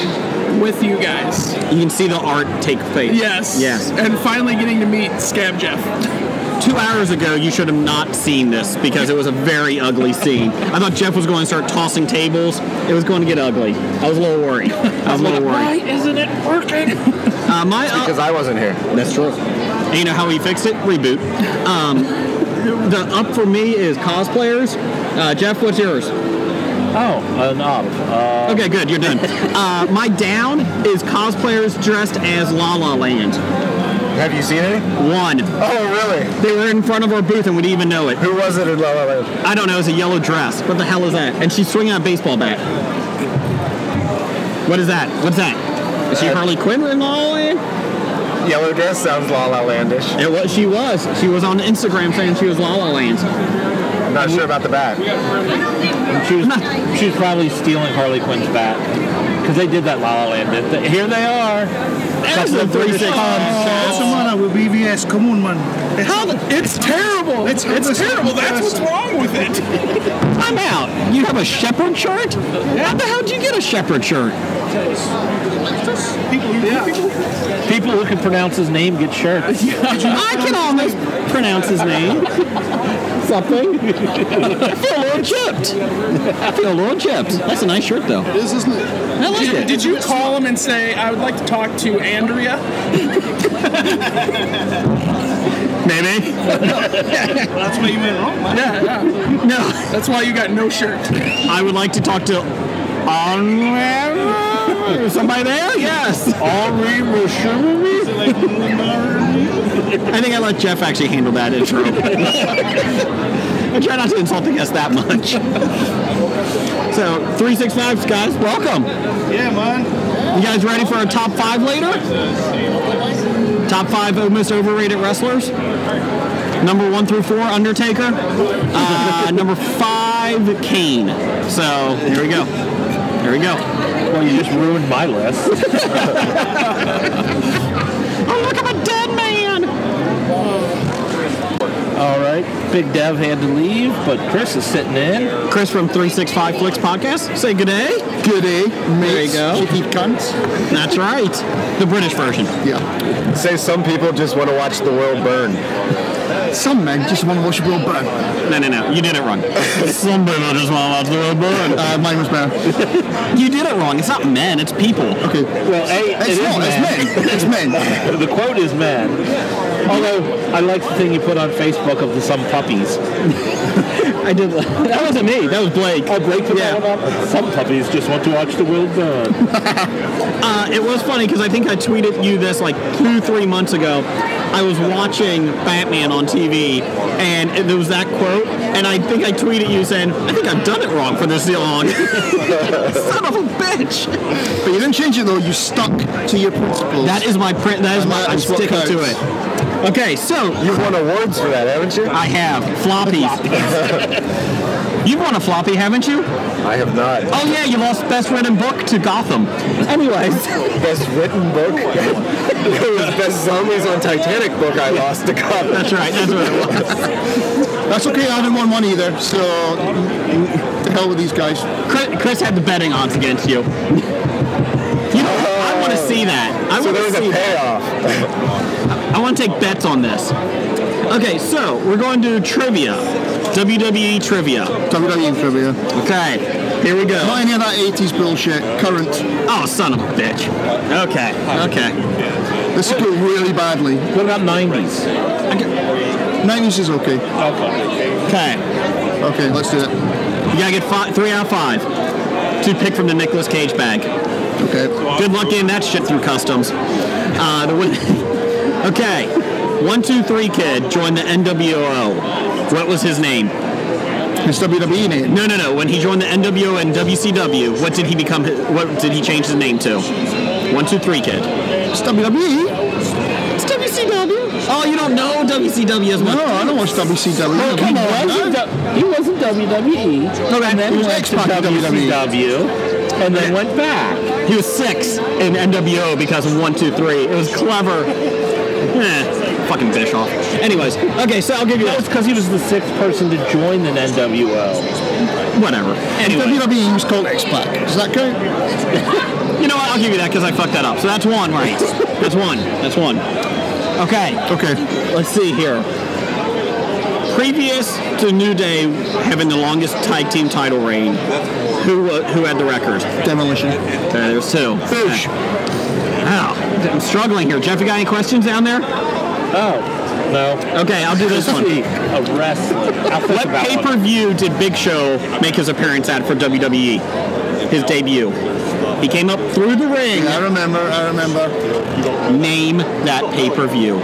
with you guys.
you can see the art take place.
Yes.
Yes.
And finally getting to meet Scab Jeff.
Two hours ago, you should have not seen this because it was a very ugly scene. I thought Jeff was going to start tossing tables. It was going to get ugly. I was a little worried. I was a little worried.
isn't it working?
Uh, my up.
Because I wasn't here.
That's true. And you know how we fixed it? Reboot. Um, the up for me is cosplayers. Uh, Jeff, what's yours?
Oh, an op. Uh,
Okay, good. You're done. Uh, my down is cosplayers dressed as La La Land.
Have you seen any?
One.
Oh, really?
They were in front of our booth and we didn't even know it.
Who was it in La La Land?
I don't know. It's a yellow dress. What the hell is that? And she's swinging a baseball bat. What is that? What's that? Is she Harley Quinn in La La Land?
Yellow dress sounds La La Landish.
It was. She was. She was on Instagram saying she was La La Land.
I'm not sure about the bat.
She was, she was probably stealing Harley Quinn's bat. Because they did that La La Land. bit. Th- Here they are.
There's the three six.
Oh.
Come on, man.
How the, it's terrible. It's it's terrible. That's what's wrong with it.
I'm out. You have a shepherd shirt? How the hell did you get a shepherd shirt?
People who can pronounce his name get shirts.
I can almost pronounce his name. Something. I feel a little chipped. I feel a little chipped. That's a nice shirt, though. It is, isn't it? I like
Did,
it.
did you call him and say I would like to talk to Andrea?
Maybe.
That's where you went wrong, man.
Yeah, yeah.
No.
That's why you got no shirt.
I would like to talk to. Onwera? Is Somebody there? Yes. Henri Rochelle. I think I let Jeff actually handle that intro. I try not to insult the guest that much. So, 365 guys, welcome.
Yeah, man.
You guys ready for a top five later? Top five Ole Miss overrated wrestlers. Number one through four, Undertaker. Uh, number five, Kane. So here we go. Here we go. Well, you just ruined my list.
Oh, look, I'm a dead man!
All right. Big Dev had to leave, but Chris is sitting in.
Chris from 365 Flicks Podcast. Say good day. Good day. There you go. cunts. That's right. The British version.
Yeah. Say some people just want to watch the world burn.
Some men just want to watch the world burn. No, no, no. You did it wrong. Some people just want to watch the world burn. Uh, mine was better. you did it wrong. It's not men. It's people. Okay.
Well, A,
It's
it is
not, it's men. It's
men. the quote is men. Although, I like the thing you put on Facebook of the some puppies.
I did. That wasn't me. That was Blake.
Oh, Blake put that one up? Some puppies just want to watch the world burn.
Uh, it was funny because I think I tweeted you this like two, three months ago. I was watching Batman on TV, and it- there was that quote, and I think I tweeted you saying, "I think I've done it wrong for this long." Son of a bitch!
But you didn't change it though. You stuck to your principles.
That is my print. That is my. I'm sticking to it. Okay, so
you've won awards for that, haven't you?
I have floppies. You've won a floppy, haven't you?
I have not.
Oh yeah, you lost best written book to Gotham. Anyways,
best written book. it was best zombies on Titanic book I lost to cop.
That's right. That's what it was.
That's okay. I haven't won one either. So the hell with these guys.
Chris, Chris had the betting odds against you. you know, I want to
Oh.
see that. I
So
want
there
to
was a
see That. I want to take bets on this. Okay, so we're going to trivia. WWE trivia.
WWE trivia.
Okay, here we go.
Not any of that 80s bullshit. Current.
Oh, son of a bitch. Okay, okay.
This could go really badly.
What about 90s?
90s is okay.
Okay.
Okay, let's do it.
You gotta get five, three out of five to pick from the Nicolas Cage bag.
Okay.
Good luck getting that shit through customs. Uh, the win- okay. One, two, three kid joined the NWO. What was his name?
His
E,
WWE name?
No, no, no. When he joined the NWO and WCW, what did he become? What did he change his name to? One, two, three kid.
It's WWE.
E? It's WCW. Oh, you don't know WCW as much.
No, I don't watch WCW.
Oh, come on.
He wasn't WWE.
Okay.
And then
He was
went to
Xbox WWE.
WCW, E. and then went back.
He was six in NWO because of one, two, three. It was clever. Eh, fucking Bischoff. Anyways, okay, so I'll give you
That was because he was the sixth person to join the NWO.
Whatever. Anyway.
WWE was called X-Pac. Does that count?
You know what? I'll give you that because I fucked that up. So that's one, right? That's one. That's one. Okay.
Okay.
Let's see here. Previous to New Day having the longest tag team title reign, who wa- who had the record?
Demolition.
Okay, there's two. Boosh. Wow. I'm struggling here. Jeff, you got any questions down there?
Oh, no.
Okay, I'll do this one.
A wrestler. I'll think
What
about
pay
one.
per view did Big Show make his appearance at for WWE? His debut. He came up through the ring.
I remember. I remember.
Name that pay per view.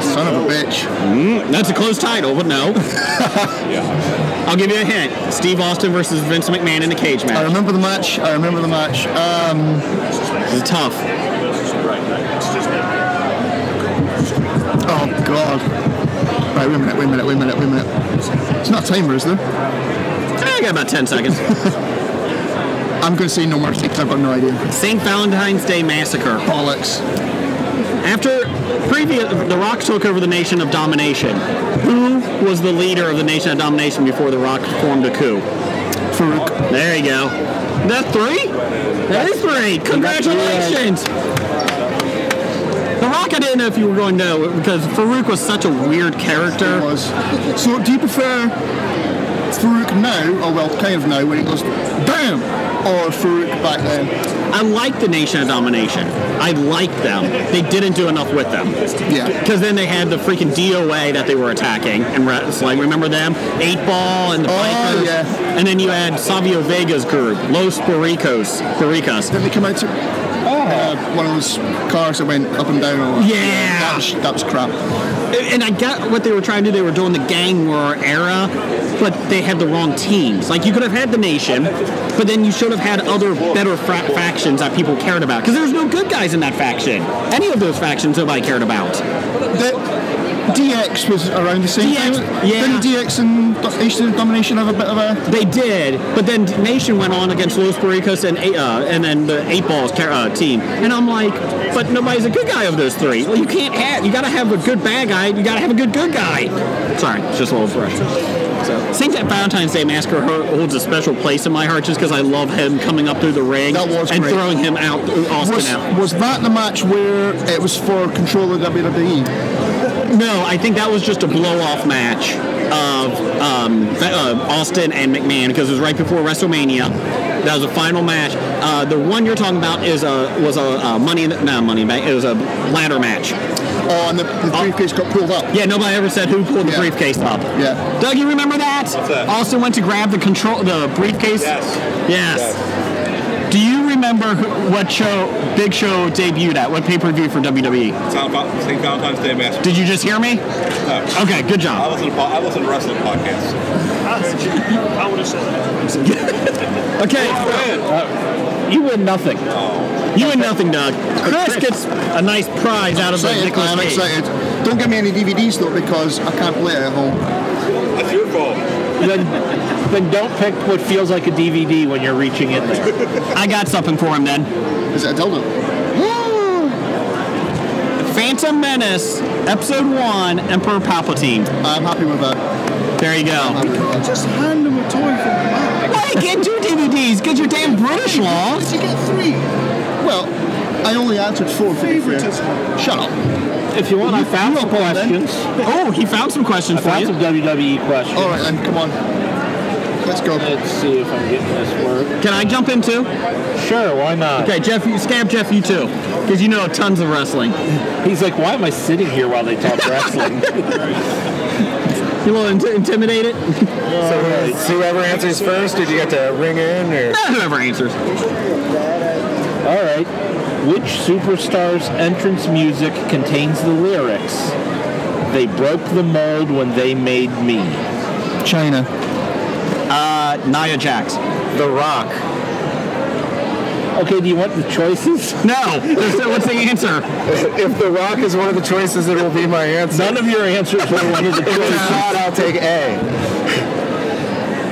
Son of a bitch.
Mm, that's a close title, but no. I'll give you a hint. Steve Austin versus Vince McMahon in a cage
I
match.
remember the match. I remember the match. Um,
This is tough.
oh God. Right, wait a minute. Wait a minute. Wait a minute. Wait a minute. It's not a timer, is there?
I got about 10 seconds.
I'm going to say no mercy 'cause I've got no idea.
St. Valentine's Day Massacre.
Bollocks.
After previous, The Rock took over the Nation of Domination. Who was the leader of the Nation of Domination before The Rock formed a coup?
Farouk.
There you go. That's three? That is three. Congratulations. The Rock, I didn't know if you were going to know because Farouk was such a weird character.
It was. So, do you prefer Farouk now, or well, kind of now, when it goes bam, or Farouk back then?
I like the Nation of Domination. I like them. They didn't do enough with them.
Yeah.
Because then they had the freaking DOA that they were attacking and wrestling. Remember them? Eight Ball and the
Oh,
Vipers.
yeah.
And then you had Savio Vega's group, Los Barricos. Barricas.
Did they come out to? Uh, one of those cars that went up and down. All yeah. That was, that was crap.
And I got what they were trying to do. They were doing the gang war era, but they had the wrong teams. Like you could have had the nation, but then you should have had other better fra- factions that people cared about. Because there was no good guys in that faction. Any of those factions nobody cared about.
DX was around the same
DX,
time. Didn't
yeah.
DX and Do- Eastern Domination have a bit of a?
They did, but then Nation went on against Los Pericos and uh, and then the Eight Balls ca- uh, team, and I'm like, but nobody's a good guy of those three. Well, you can't have. You gotta have a good bad guy. You gotta have a good good guy. Sorry, it's just a little fresh. So, St. that Valentine's Day Massacre ho- holds a special place in my heart just because I love him coming up through the ring and
great.
throwing him out, Austin
Was,
out.
was that the match where it was for control of E? WWE?
No, I think that was just a blow-off match of um, uh, Austin and McMahon because it was right before WrestleMania. That was the final match. Uh, the one you're talking about is a was a uh, money in the, not money in the bank. It was a ladder match.
Oh, and the, the briefcase got pulled up.
Yeah, nobody ever said who pulled the briefcase up.
Yeah.
Doug, you remember that? What's that? Austin went to grab the control the briefcase. Yes. Yes. Do you remember who, what show Big Show debuted at? What pay per view for WWE?
St. Valentine's Day Massacre.
Did you just hear me?
No.
Okay, good job.
I listen to, po- I listen to wrestling podcasts.
I would have said that.
Okay. You win nothing. You win nothing, Doug. Chris gets a nice prize out of the
excited,
Nicholas
I'm
Cage.
excited. Don't give me any DVDs though because I can't play it at home.
That's your fault.
then, then don't pick what feels like a DVD when you're reaching in there.
I got something for him then.
Is it a dildo?
Phantom Menace, Episode 1, Emperor Palpatine.
I'm happy with that.
There you go.
can't just hand them a toy for the
Why get two DVDs? Get your damn British law.
Did you get three? Well, I only answered four. to be fair. Shut up.
If you want, I found some questions.
Oh, he found some questions
I found some WWE questions.
All right, then, come on. Let's go.
Let's see if I'm getting this work.
Can I jump in too?
Sure, why not?
Okay, Jeff, you, Scab Jeff, you too. Because you know tons of wrestling.
He's like, why am I sitting here while they talk wrestling?
You will int- intimidate it?
So, uh, so whoever answers first, did you get to ring in or?
Eh, whoever answers.
All right. Which superstar's entrance music contains the lyrics? They broke the mold when they made me.
China.
Uh, Nia Jax.
The Rock. Okay, do you want the choices?
No. What's the answer?
if The Rock is one of the choices, it will be my answer.
None of your answers were one of the
If
choices.
it's not, I'll take A.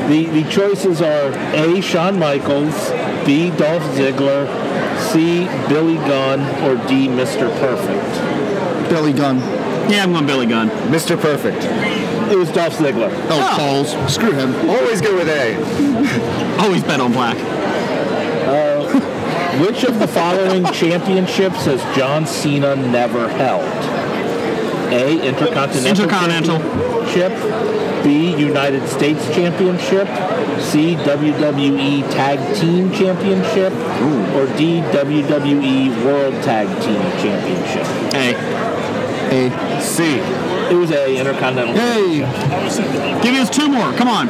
The, the choices are A. Shawn Michaels, B. Dolph Ziggler, C. Billy Gunn, or D. Mr. Perfect.
Billy Gunn.
Yeah, I'm going Billy Gunn.
Mr. Perfect.
It was Dolph Ziggler.
Oh, balls. Screw him.
Always go with A.
Always bet on black.
Uh, which of the following championships has John Cena never held? A. Intercontinental.
Intercontinental.
Championship. B. United States Championship. C. WWE Tag Team Championship. Or D. WWE World Tag Team Championship.
A.
A. C. It was A. Intercontinental.
Hey. Give us two more. Come on.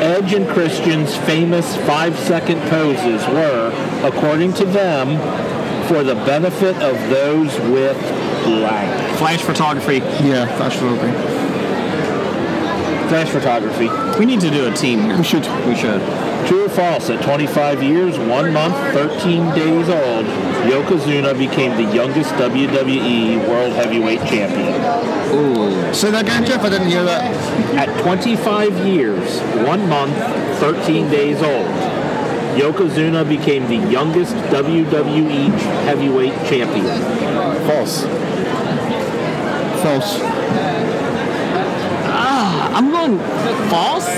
Edge and Christian's famous five-second poses were, according to them, for the benefit of those with blank.
Flash photography.
Yeah, flash photography.
Flash photography.
We need to do a team here. We
should.
We should.
True or false? At 25 years, one month, 13 days old, Yokozuna became the youngest WWE World Heavyweight Champion.
Ooh. Say that again, Jeff. I didn't hear that.
At 25 years, one month, 13 days old, Yokozuna became the youngest WWE heavyweight champion.
False.
False.
Ah, I'm going false.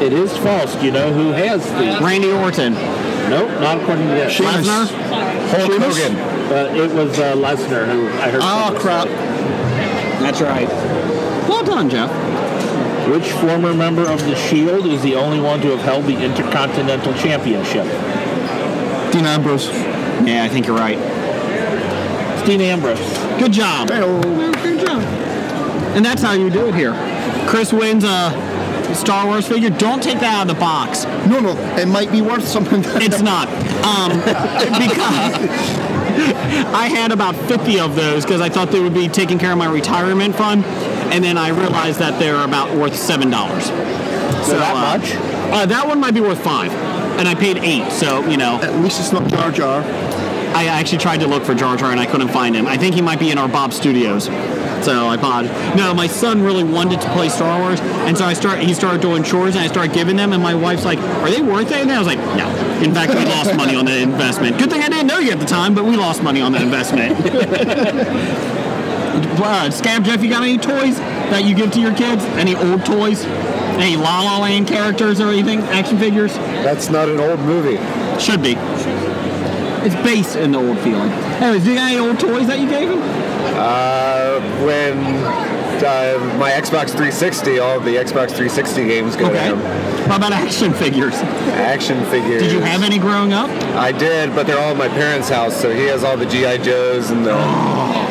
It is false. Do you know who has the
Randy Orton?
Nope, not according to this.
Sheamus. Lesnar?
Hulk
Sheamus?
Hogan. Uh, it was uh, Lesnar who I heard.
Oh,
crap!
That's right. Well done, Jeff.
Which former member of the Shield is the only one to have held the Intercontinental Championship?
Dean Ambrose.
Yeah, I think you're right.
It's Dean Ambrose.
Good job. Good job. And that's how you do it here. Chris wins a Star Wars figure. Don't take that out of the box.
No, no, it might be worth something.
it's not. Um, because I had about 50 of those because I thought they would be taking care of my retirement fund, and then I realized that they're about worth seven dollars. So that much? Uh, that one might be worth five, and I paid eight. So you know. At
least it's not Jar Jar.
I actually tried to look for Jar Jar and I couldn't find him. I think he might be in our Bob Studios. So I pod. No, my son really wanted to play Star Wars, and so I start. He started doing chores, and I started giving them. And my wife's like, "Are they worth it?" And I was like, "No." In fact, we lost money on the investment. Good thing I didn't know you at the time, but we lost money on the investment. uh, Scab Jeff, you got any toys that you give to your kids? Any old toys? Any La La Land characters or anything? Action figures?
That's not an old movie.
Should be. It's based in the old feeling. Anyways, do you got any old toys that you gave them?
Uh, when uh, my Xbox 360, all of the Xbox 360 games go
Okay.
down.
How about action figures?
Action figures.
Did you have any growing up?
I did, but they're all at my parents' house, so he has all the GI Joes and the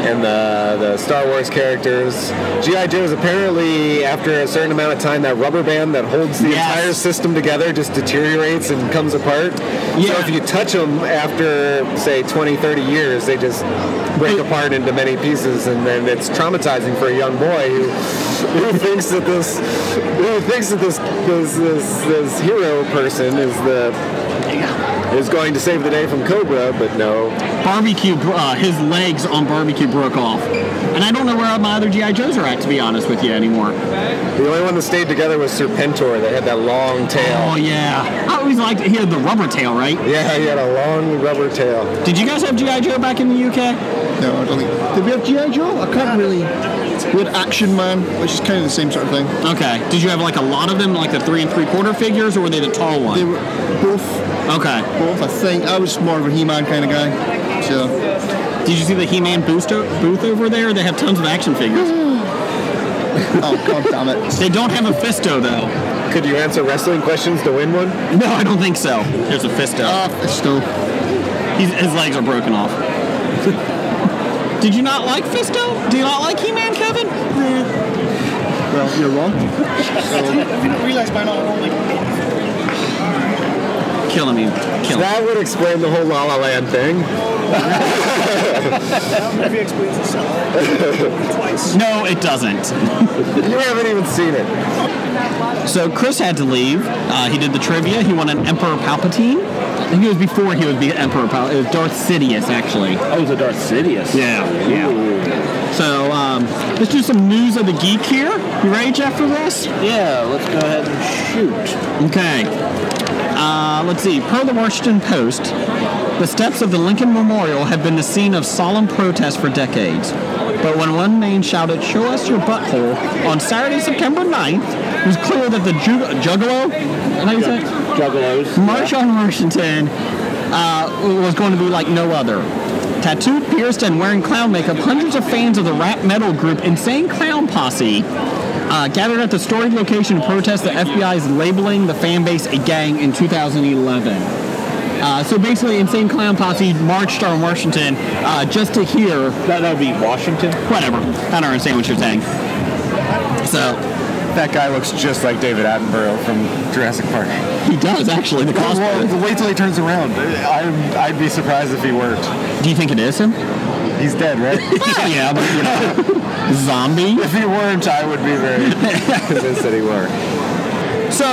and the, the Star Wars characters. GI Joes apparently, after a certain amount of time, that rubber band that holds the entire system together just deteriorates and comes apart. So if you touch them after say 20, 30 years, they just break apart into many pieces, and then it's traumatizing for a young boy who who thinks that this who thinks that this this this, this hero person is the is going to save the day from Cobra, but no.
Barbecue, uh, his legs on barbecue broke off, and I don't know where my other GI Joes are at. To be honest with you, anymore.
The only one that stayed together was Serpentor. They had that long tail.
Oh yeah, I always liked he had the rubber tail, right?
Yeah, he had a long rubber tail.
Did you guys have GI Joe back in the UK?
No, I don't think. Did we have GI Joe? I can't really. We had Action Man, which is kind of the same sort of thing.
Okay. Did you have like a lot of them, like the three and three quarter figures, or were they the tall one?
They were both.
Okay.
Both, I think. I was more of a He-Man kind of guy. So.
Did you see the He-Man boost o- booth over there? They have tons of action figures.
oh god damn it!
They don't have a Fisto though.
Could you answer wrestling questions to win one?
No, I don't think so. There's a Fisto. Ah,
Fisto.
He's, his legs are broken off. Did you not like Fisto? Do you not like He-Man, Kevin?
Well, you're wrong.
If you don't realize by now, I'm only
Killing me. Killing
That would explain the whole La La Land thing.
That movie explains itself twice.
No, it doesn't.
you haven't even seen it.
So Chris had to leave. Uh, he did the trivia. He won an Emperor Palpatine. I think it was before he would be Emperor Palpatine. It was Darth Sidious, actually.
Oh, it was a Darth Sidious.
Yeah. Yeah. So um, let's do some news of the geek here. You ready, Jeff, for this?
Yeah, let's go ahead and shoot.
Okay. Uh, let's see. Per the Washington Post, the steps of the Lincoln Memorial have been the scene of solemn protest for decades. But when one man shouted, Show us your butthole, on Saturday, September 9th, it was clear that the ju- Juggalo, how do you say?
Juggalos.
March on Washington uh, was going to be like no other. Tattooed, pierced, and wearing clown makeup, hundreds of fans of the rap metal group Insane Clown Posse uh, gathered at the storied location to protest the FBI's labeling the fan base a gang in 2011. Uh, so basically, Insane Clown Posse marched on Washington uh, just to hear.
That would be Washington?
Whatever. I don't understand what you're saying. So.
That guy looks just like David Attenborough from Jurassic Park.
He does, actually. The
Well,
cosplay.
well, wait till he turns around. I'm, I'd be surprised if he weren't.
Do you think it is him?
He's dead, right?
yeah, but you know, zombie.
if he weren't, I would be very convinced that he were.
So,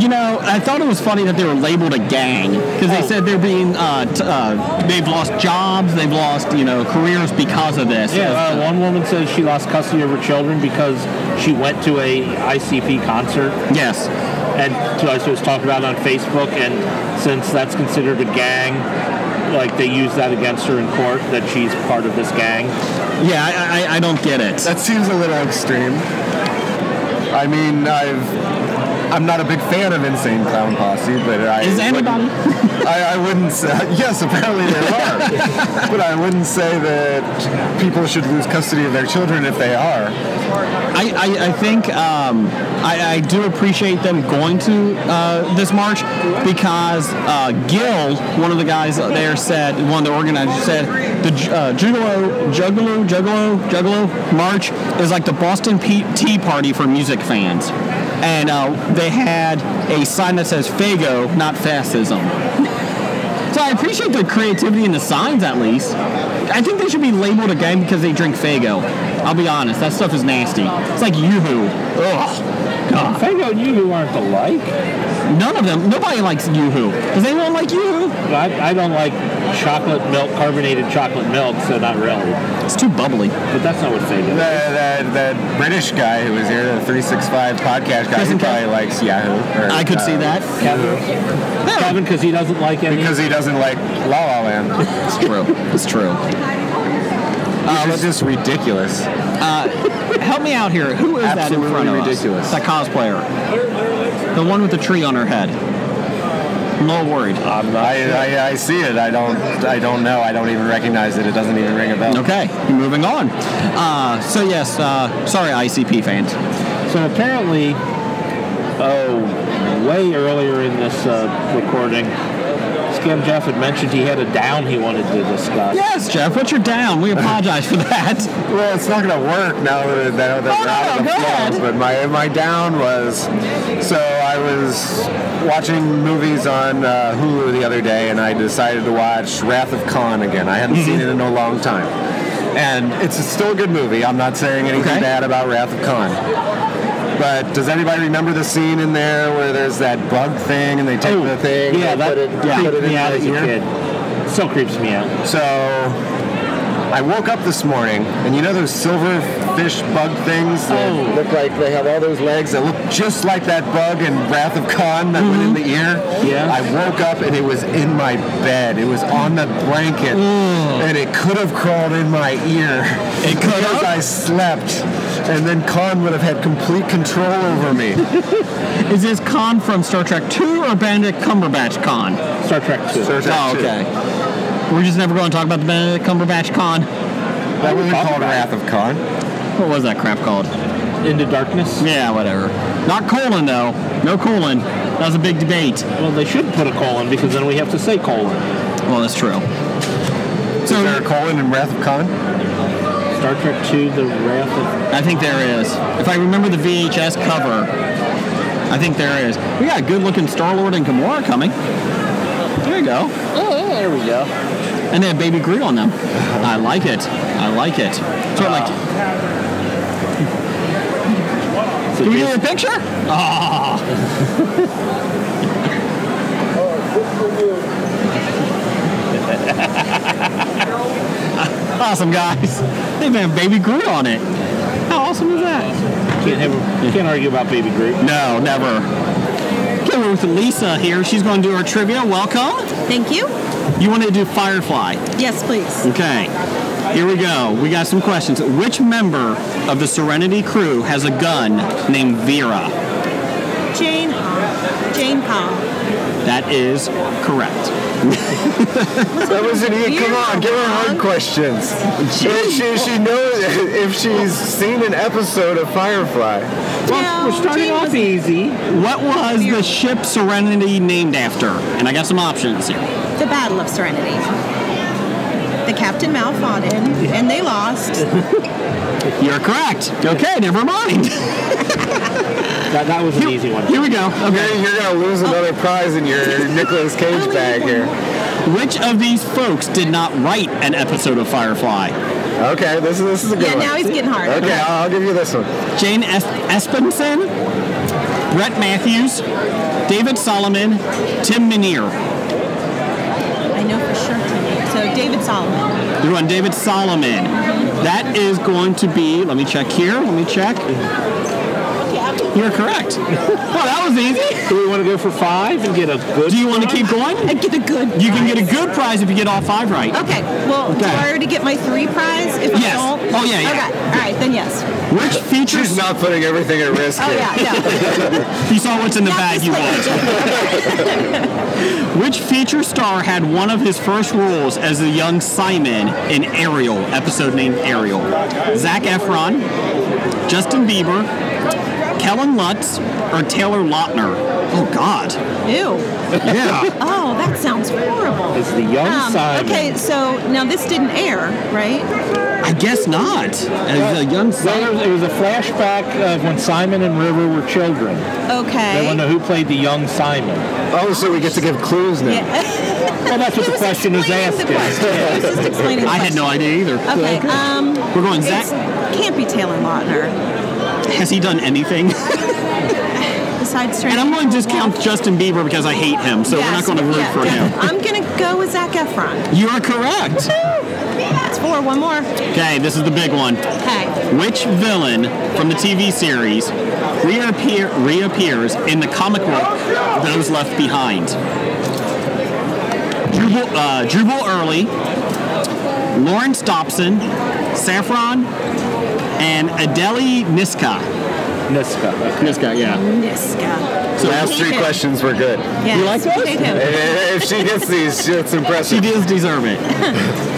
you know, I thought it was funny that they were labeled a gang because they said they're being, uh, t- uh, they've lost jobs, they've lost, you know, careers because of this.
Yeah, uh, one woman says she lost custody of her children because she went to a ICP concert.
Yes.
And so it was talked about on Facebook, and since that's considered a gang, like they use that against her in court that she's part of this gang.
yeah, I, I, I don't get it.
That seems a little extreme. I mean, I've I'm not a big fan of Insane Clown Posse, but I
Is anybody?
wouldn't- I, I wouldn't say yes. Apparently there are, but I wouldn't say that people should lose custody of their children if they are.
I, I, I think um, I, I do appreciate them going to uh, this march because uh, Gil, one of the guys there, said one of the organizers said the Ju- uh, Juggalo Juggalo Juggalo Juggalo March is like the Boston P- Tea Party for music fans. and uh, they had a sign that says Fago, not fascism. so I appreciate the creativity in the signs, at least. I think they should be labeled again because they drink Fago. I'll be honest, that stuff is nasty. It's like Yoo-Hoo. Ugh. God. Fago and Yoo-Hoo aren't alike. None of them. Nobody likes Yoo-Hoo. Does anyone like Yoo-Hoo?
I, I don't like chocolate milk, carbonated chocolate milk, so not really.
It's too bubbly.
But that's not what Fago
The,
is.
the, the British guy who was here, the 365 podcast guy, he probably likes Yahoo. or,
I could see
uh,
that.
Yahoo.
Kevin, because he doesn't like any.
Because he doesn't like La La Land.
it's true. It's true.
it's just ridiculous.
Uh, help me out here. Who is that in front of
Absolutely
us?
ridiculous.
That cosplayer. The one with the tree on her head. I'm not worried.
I, I, I see it. I don't. I don't know. I don't even recognize it. It doesn't even ring a bell.
Okay, moving on. Uh, so yes, uh, sorry, ICP fans.
So apparently, oh, way earlier in this uh, recording, Scam Jeff had mentioned he had a down he wanted to discuss.
Yes, Jeff, what's your down? We apologize for that.
Well, it's not going to work now that, now that we're out of the films. But my my down was so I was watching movies on uh, Hulu the other day, and I decided to watch Wrath of Khan again. I
Mm-hmm.
hadn't seen it in a long time, and it's still a good movie. I'm not saying anything bad about Wrath of Khan. But does anybody remember the scene in there where there's that bug thing and they take the thing?
Oh, yeah,
and
that
put it,
yeah,
put it
creeped me
in
out
the
as a
ear?
kid. Still creeps me out.
So I woke up this morning, and you know those silver fish bug things that look like they have all those legs that look just like that bug in Wrath of Khan that went in the ear? Mm-hmm. Yeah. I woke up and it was in my bed. It was on the blanket, and it could have crawled in my ear. Mm. It could have. I slept, and then Khan would have had complete control over me.
Is this Khan from Star Trek 2 or Benedict Cumberbatch Khan?
Star Trek 2.
Star Trek
oh,
2.
okay. We're just never going to talk about the Benedict Cumberbatch Khan. That
wasn't called Wrath of Khan.
What was that crap called?
Into Darkness?
Yeah, whatever. Not colon, though. No colon. That was a big debate.
Well, they should put a colon because then we have to say colon.
Well, that's true.
So, is there a colon in Wrath of Khan?
Star Trek 2, The Wrath of...
I think there is. If I remember the VHS cover, I think there is. We got a good looking Star Lord and Gamora coming. There you go. Oh, there we go. And they have Baby Groot on them. I like it. I like it. Sort of like. Can we get a picture? Ah. awesome guys. They even have Baby Groot on it. How awesome is that?
Can't, have, can't argue about Baby Groot.
No, never. Okay, we're with Lisa here. She's going to do our trivia. Welcome.
Thank you.
You want to do Firefly?
Yes, please.
Okay, here we go. We got some questions. Which member of the Serenity crew has a gun named Vera?
Jane Paul. Jane Paul.
That is correct.
That was an E. Come on, give her hard questions. If she, she knows if she's seen an episode of Firefly.
Well, we're starting off easy. What was the ship Serenity named after? And I got some options here.
The Battle of Serenity. The captain malfought it, and they lost.
You're correct. Okay, never mind.
that, that was an easy one.
Here we go.
Okay, you're gonna lose
Oh.
another prize in your Nicolas Cage bag here.
Which of these folks did not write an episode of Firefly?
Okay, this is this is a
good Yeah, one. now he's getting hard.
Okay, I'll, I'll give you this one.
Jane es- Espenson, Brett Matthews, David Solomon, Tim Minear.
I know for sure. Tim. So David Solomon.
You're on David Solomon. That is going to be. Let me check here. Let me check. You're correct. Well, that was easy.
Do we want to go for five and get a good?
Do you want to keep going?
I get a good.
You can get a good prize if you get all five right.
Okay. Well, do I already get my three prize? If
Yes.
I don't.
Oh, yeah, yeah.
Okay. All right. Then yes.
Which features?
She's not putting everything at risk.
Oh,
here.
yeah,
You saw what's in the bag you want. Which feature star had one of his first roles as the young Simon in Ariel, episode named Ariel? Zach Efron, Justin Bieber, Kellen Lutz or Taylor Lautner. Oh God.
Ew.
Yeah.
oh, that sounds horrible. Um,
It's the young Simon.
Okay, so now this didn't air, right?
I guess not. As a young
Simon. It was a flashback of when Simon and River were children. They want
Okay.
to know who played the young Simon. Oh, so we get to give clues now. well, that's what the question is asking.
explaining the
I had no idea either.
Okay. Um,
We're going
it's- Can't be Taylor Lautner.
Has he done anything?
Besides Stranger
and I'm going to discount Justin Bieber because I hate him, so we're not
Yes,
going to root
yeah,
for
yeah.
him.
I'm gonna go with Zach Efron.
You are correct.
That's four. One more.
Okay, this is the big one.
Okay.
Which villain from the TV series reappear, reappears in the comic book Those Left Behind? Jubal, uh, Jubal Early, Lawrence Dobson, Saffron, and Adeli Niska. Niska. Niska, yeah.
Niska.
So last three questions were good.
Yes, You like those? they do.
If if she gets these, it's impressive. She
does deserve it.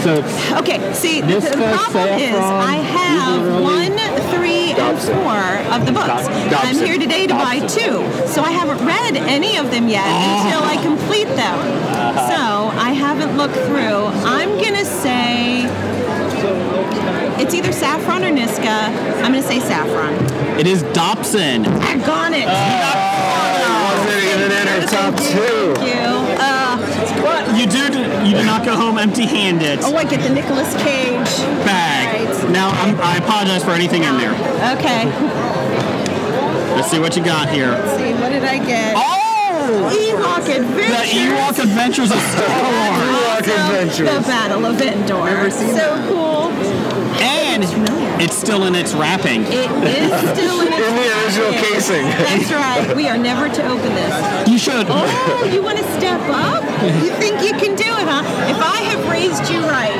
So
Okay, see, the
Niska,
the problem is I have one, three, and
Dobson.
four of the books.
Dob-
I'm
Dobson.
here today to buy two, so I haven't read any of them yet until I complete them. So I haven't looked through. I'm gonna say it's either Saffron or Niska. I'm gonna say Saffron.
It is Dobson.
Doggone it!
wasn't even in her top two.
Thank you. Uh,
but you do. You did not go home empty-handed.
Oh, I get the Nicolas Cage
Bag. Now I'm, I apologize for anything in there.
Okay.
Let's see what you got here.
Let's see, what did I get?
Oh!
Ewok Adventures!
The Ewok Adventures of Star Wars.
Awesome. The Battle of Endor. so cool.
And it's still in its wrapping.
It is still in, its package. That's right. We are never to open this.
You should.
Oh, you want to step up? You think you can do it, huh? If I have raised you right.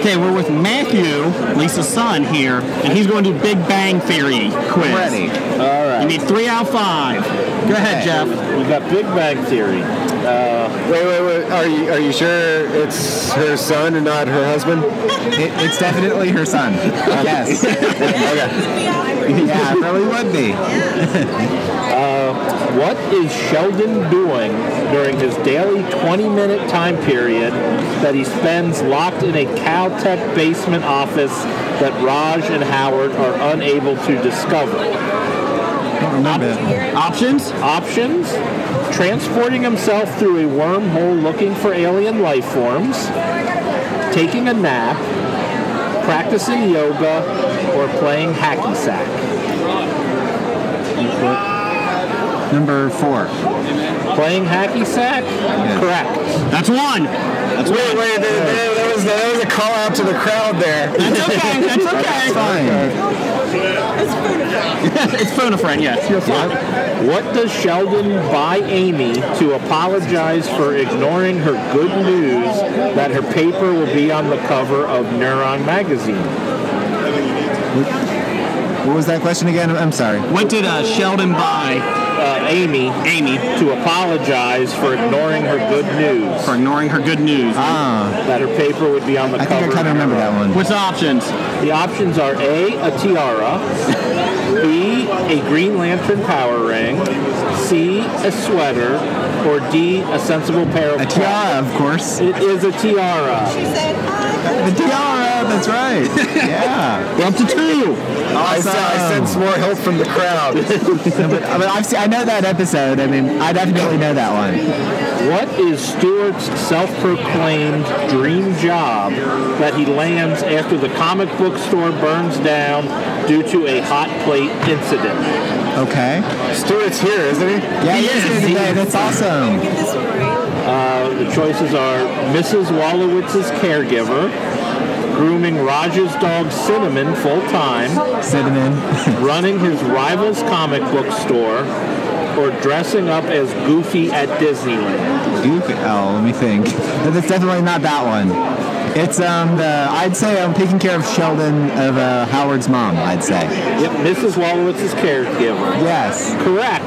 Okay, we're with Matthew, Lisa's son here, and he's going to do Big Bang Theory quiz.
Ready.
All right. You need three out of five. Go ahead, Jeff.
You got Big Bang Theory.
Uh, wait, wait, wait. Are you are you sure it's her son and not her husband? It, it's definitely her son.
Yes.
okay.
Yeah, it
probably would be.
Uh, what is Sheldon doing during his daily 20-minute time period that he spends locked in a Caltech basement office that Raj and Howard are unable to discover?
Options?
Options? Transporting himself through a wormhole looking for alien life forms, taking a nap, practicing yoga, or playing hacky sack.
Number four.
Playing hacky sack? Correct.
That's one. That's
wait, wait. There, there, there was there was a call out to the crowd there.
That's okay. That's okay. it's phone a friend, yes. You're fine.
What does Sheldon buy Amy to apologize for ignoring her good news that her paper will be on the cover of Neuron magazine?
What was that question again? I'm sorry.
What did uh, Sheldon buy
uh, Amy?
Amy
to apologize for ignoring her good news. For
ignoring her good news.
Ah. That her paper would be on the cover.
I kind of remember that one.
What's the options?
The options are A, a tiara, B, a Green Lantern power ring, C, a sweater, or D, a sensible pair of A tiara,
of course.
It is a tiara.
The tiara, that's right. Yeah.
We're up to two.
I, se- I sense more help from the crowd.
No, but, but I've seen, I know that episode. I mean, I definitely know that one.
What is Stewart's self-proclaimed dream job that he lands after the comic book store burns down due to a hot plate incident?
Okay.
Stewart's here, isn't he?
Yeah, he is here today. That's awesome.
Uh, the choices are Mrs. Wallowitz's caregiver, grooming Roger's dog Cinnamon full time,
Cinnamon,
running his rival's comic book store, or dressing up as Goofy at Disneyland.
Goofy. Oh, let me think. No, That's definitely not that one.
It's um the I'd say I'm taking care of Sheldon of uh, Howard's mom. I'd say. Yep,
Mrs. Walowitz's caregiver.
Yes.
Correct.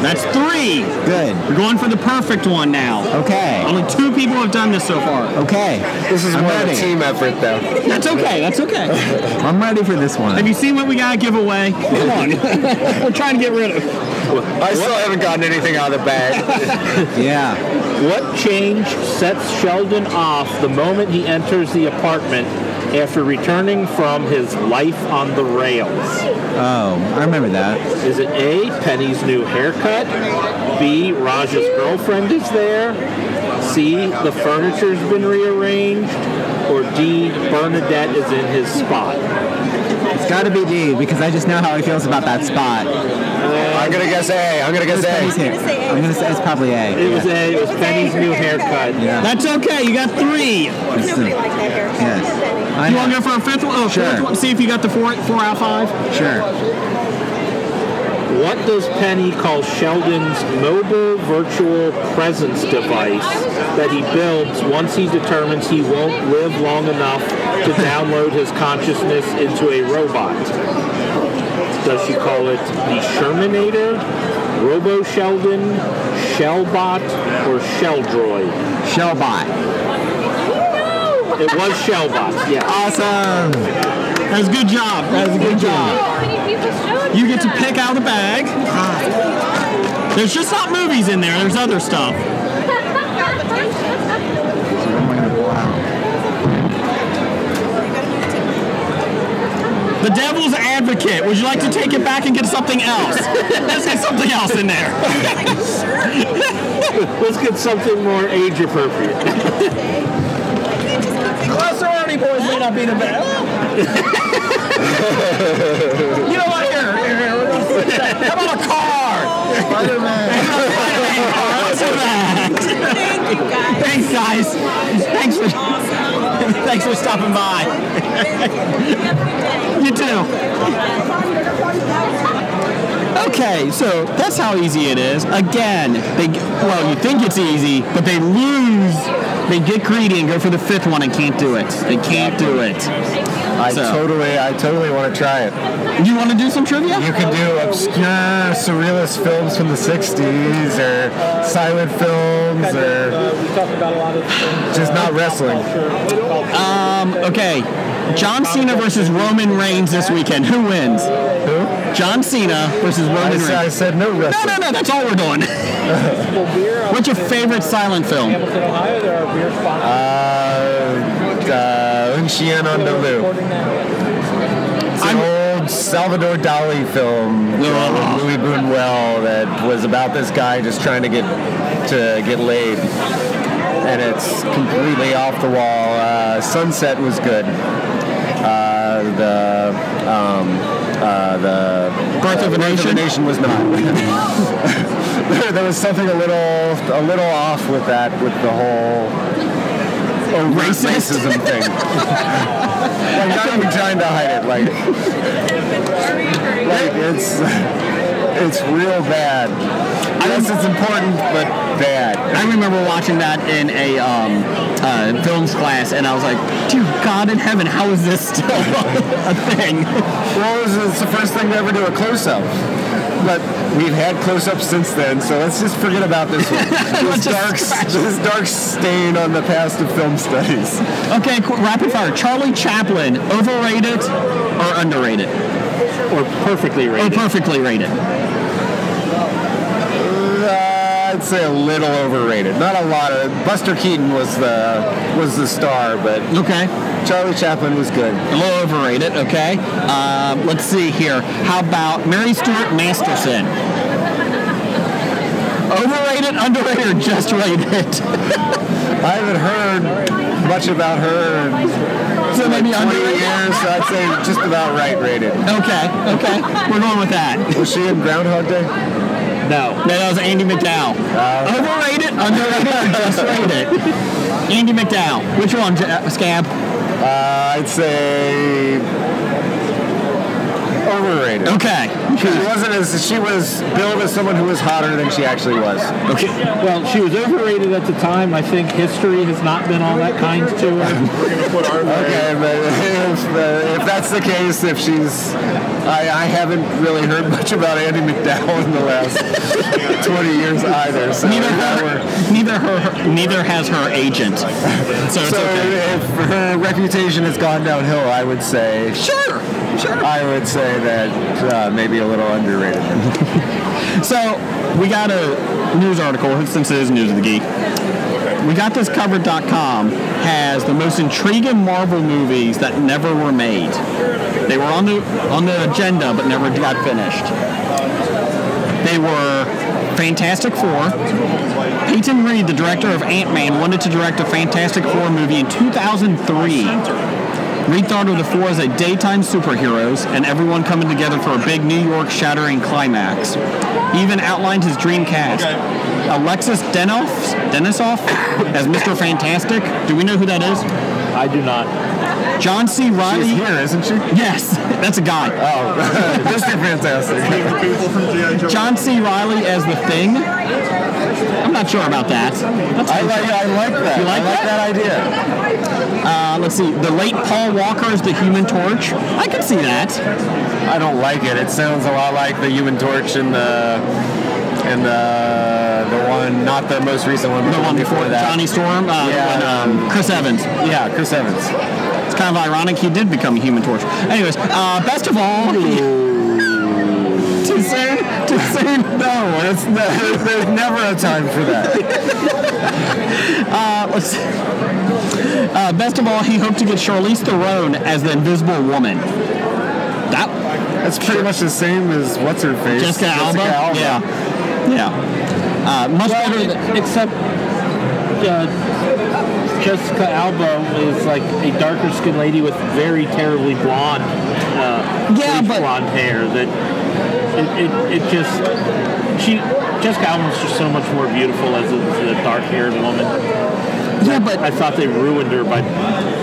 That's three.
Good.
We're going for the perfect one now.
Okay.
Only two people have done this so far.
Okay.
This is
I'm
more of a
ready.
team
effort, though.
That's okay. That's okay.
I'm ready for this one.
Have you seen what we got to give away? Come on. We're trying to get rid of.
I still haven't gotten anything out of the bag.
yeah.
What change sets Sheldon off the moment he enters the apartment after returning from his life on the rails?
Oh, I remember that.
Is it A, Penny's new haircut? B, Raja's girlfriend is there? C, the furniture's been rearranged? Or D, Bernadette is in his spot?
It's got to be D because I just know how he feels about that spot.
I'm gonna guess A. I'm gonna guess A.
I'm gonna say A. I'm gonna say it's probably A.
It was A. It was Penny's new haircut.
Yeah.
That's okay. You got three.
Nobody liked that haircut. Yes. I
you
know.
want to go for a fifth one? Oh,
Sure.
fourth one. See if you got the four, four out of five.
Sure.
What does Penny call Sheldon's mobile virtual presence device that he builds once he determines he won't live long enough to download his consciousness into a robot? Does she call it the Shermanator, Robo Sheldon, Shellbot, or Sheldroid?
Shellbot.
It was Shellbot, yeah.
Awesome.
That was a good job. That was a good job. You get to pick out a bag. There's just not movies in there. There's other stuff. The Devil's Advocate. Would you like to take it back and get something else? Let's get something else in there.
Let's get something more age appropriate.
Sorority boys may not be the best. you know what? Here, here, here. we're gonna switch that. How about a car?
Thank you, guys.
Thanks, guys. Thanks for thanks for stopping by. you too. Okay, so that's how easy it is. Again, they well, you think it's easy, but they lose. They get greedy and go for the fifth one and can't do it. They can't do it.
I totally, I totally want to try it.
You want to do some trivia?
You can do obscure surrealist films from the '60s or silent films or just not wrestling.
Um, okay. John Cena versus Roman Reigns this weekend. Who wins? Who? John Cena versus Roman
I
Reigns.
said- I said no wrestling.
No, no, no. That's all we're doing. What's your favorite silent film?
Uh, uh, Un Chien on the Loop. It's an old Salvador Dali film uh, with Louis Buñuel that was about this guy just trying to get to get laid, and it's completely off the wall. Uh, Sunset was good. Uh, the um, uh, the Birth of a Nation, was not. there, there was something a little a little off with that with the whole oh, racism thing. like not even trying to hide it. Like, like it's it's real bad. Yes, it's important, but bad.
I remember watching that in a um, uh, films class, and I was like, "Dude, God in heaven, how is this still a thing?"
Well, it's, it's the first thing to ever do a close-up. But we've had close-ups since then, so let's just forget about this one. this, dark, this dark stain on the past of film studies.
Okay, qu- rapid fire. Charlie Chaplin, overrated or underrated?
Or perfectly rated.
Or perfectly rated.
Uh, I'd say a little overrated. Not a lot of. Buster Keaton was the was the star, but
okay.
Charlie Chaplin was good.
A little overrated, okay. Uh, let's see here. How about Mary Stuart Masterson? Overrated, underrated, or just rated?
I haven't heard much about her. In
so maybe
like 20 years. So I'd say just about right rated.
Okay, okay. We're going with that.
Was she in Groundhog Day?
No. Uh.
No, that was Andy McDowell. Overrated, underrated, or just rated? Andy McDowell. Which one, J- uh, Scab?
Uh, I'd say Overrated.
Okay.
She wasn't as she was billed as someone who was hotter than she actually was.
Okay. Well, she was overrated at the time. I think history has not been all that kind to her. We're gonna put our
Okay, but if, uh, if that's the case, if she's, I, I haven't really heard much about Andy McDowell in the last 20 years either. So
Neither her, neither her, neither has her agent. So it's okay.
if her reputation has gone downhill, I would say.
Sure, sure.
I would say that uh, maybe a little underrated.
So we got a news article since it is news of the geek. We got this covered.com has the most intriguing Marvel movies that never were made. They were on the on the agenda but never got finished. They were Fantastic Four. Peyton Reed, the director of Ant-Man, wanted to direct a Fantastic Four movie in 2003. Reed thought of the four as a daytime superheroes and everyone coming together for a big New York shattering climax. He even outlined his dream cast. Alexis Denoff, Denisoff as Mr. Fantastic. Do we know who that is?
I do not.
John C. Riley.
She's here, isn't she?
Yes, that's a guy.
Oh, Mr. Fantastic.
John C. Riley as the Thing. I'm not sure about that. That's
I like, I like that.
You like
I like that,
idea. Uh, let's see. The late Paul Walker as the Human Torch. I could see that.
I don't like it. It sounds a lot like the Human Torch and the and the the one, not the most recent one, but
The one before
that.
Johnny Storm. Uh,
Yeah,
when, um, Chris Evans.
Yeah, Chris Evans.
It's kind of ironic he did become a Human Torch. Anyways, uh, best of all. Too soon. Too soon.
No, it's no, there's never a time for that.
Uh, let's see. Uh, best of all, he hoped to get Charlize Theron as the Invisible Woman. That
That's pretty much the same as what's her face.
Jessica, Alba? Yeah, yeah. Uh, much better. Than,
Except uh, Jessica Alba is like a darker skinned lady with very terribly blonde, uh,
yeah, but,
blonde hair that it, it, it just. She, Jessica Alba's just so much more beautiful as a, as a dark haired woman.
yeah, but
I thought they ruined her by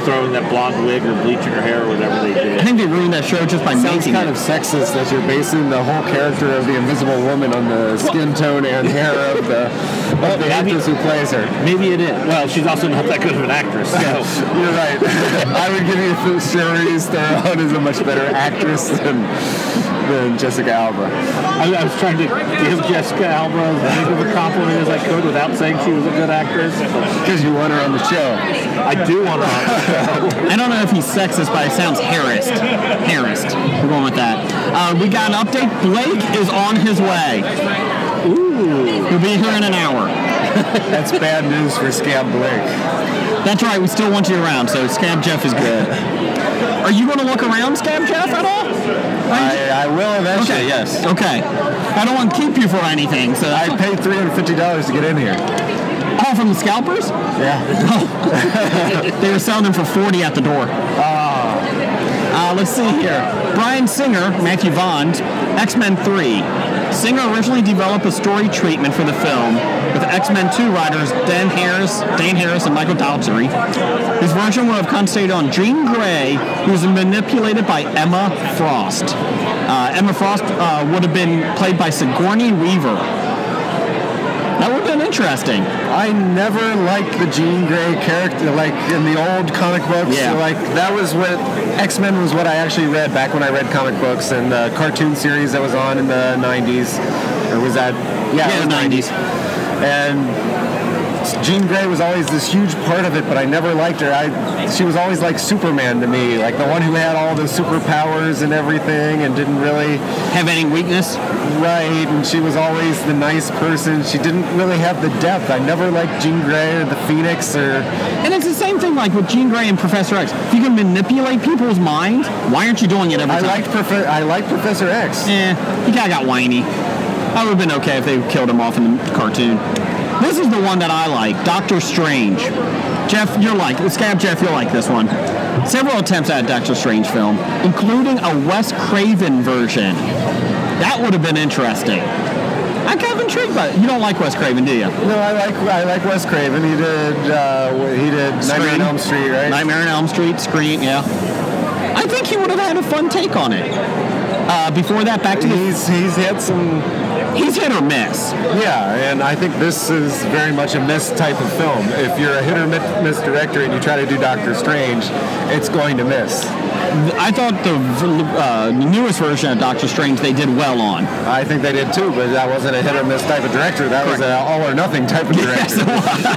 throwing that blonde wig or bleaching her hair or whatever they
I
did.
think they ruined that show just by
Sounds
making
kind
it.
of sexist that you're basing the whole character of the Invisible Woman on the skin tone and hair of the of the actress who plays her.
Maybe it is. Well, she's also not that good of an actress, so.
You're right. I would give you Charlize Theron is a much better actress than than Jessica Alba.
I, I was trying to give Jessica Alba as big of a compliment as I could without saying she was a good actress.
Because you want her on the show.
I do want her on the show.
I don't know if he's sexist, but it sounds harassed. Harassed. We're going with that. Uh, we got an update. Blake is on his way. Ooh. He'll be here in an hour.
That's bad news for Scab Blake.
That's right. We still want you around, so Scab Jeff is good. Are you going to look around, Scab Jeff, at all?
I, I will eventually,
Okay.
yes.
Okay. I don't want to keep you for anything, so
I paid $350 to get in here.
Oh, from the scalpers? Oh.
Yeah.
they were selling them for 40 at the door. Uh, let's see here. Brian Singer, Matthew Vaughn, X-Men 3. Singer originally developed a story treatment for the film with X-Men 2 writers Dan Harris, Dan Harris and Michael Daltrey. His version would have concentrated on Jean Grey, who was manipulated by Emma Frost. Uh, Emma Frost uh, would have been played by Sigourney Weaver. That would have been interesting.
I never liked the Jean Grey character, like in the old comic books.
Yeah.
Like that was what X Men was what I actually read back when I read comic books and the cartoon series that was on in the '90s, or was that? Yeah,
Yeah,
it was
the 90s.
And Jean Grey was always this huge part of it, but I never liked her. I she was always like Superman to me, like the one who had all the superpowers and everything, and didn't really.
Have any weakness?
Right, and she was always the nice person. She didn't really have the depth. I never liked Jean Grey or the Phoenix or.
And it's the same thing like with Jean Grey and Professor X. If you can manipulate people's minds, why aren't you doing it every
I
time?
liked Profe- I liked Professor X.
Eh, the guy got whiny. That would have been okay if they killed him off in the cartoon. This is the one that I like, Doctor Strange. Jeff, you're like, Scab Jeff, you'll like this one. Several attempts at a Doctor Strange film, including a Wes Craven version. That would have been interesting. I'm kind of intrigued by it. You don't like Wes Craven, do you?
No, I like I like Wes Craven. He did uh, he did Nightmare on
Scream.
Elm Street, right?
Nightmare on Elm Street, Scream, yeah. I think he would have had a fun take on it. Uh, before that, back to
he's he's had some.
He's hit or miss.
Yeah, and I think this is very much a miss type of film. If you're a hit or mi- miss director and you try to do Doctor Strange, it's going to miss.
I thought the uh, newest version of Doctor Strange they did well on.
I think they did too, but that wasn't a hit or miss type of director. That was an all or nothing type of director.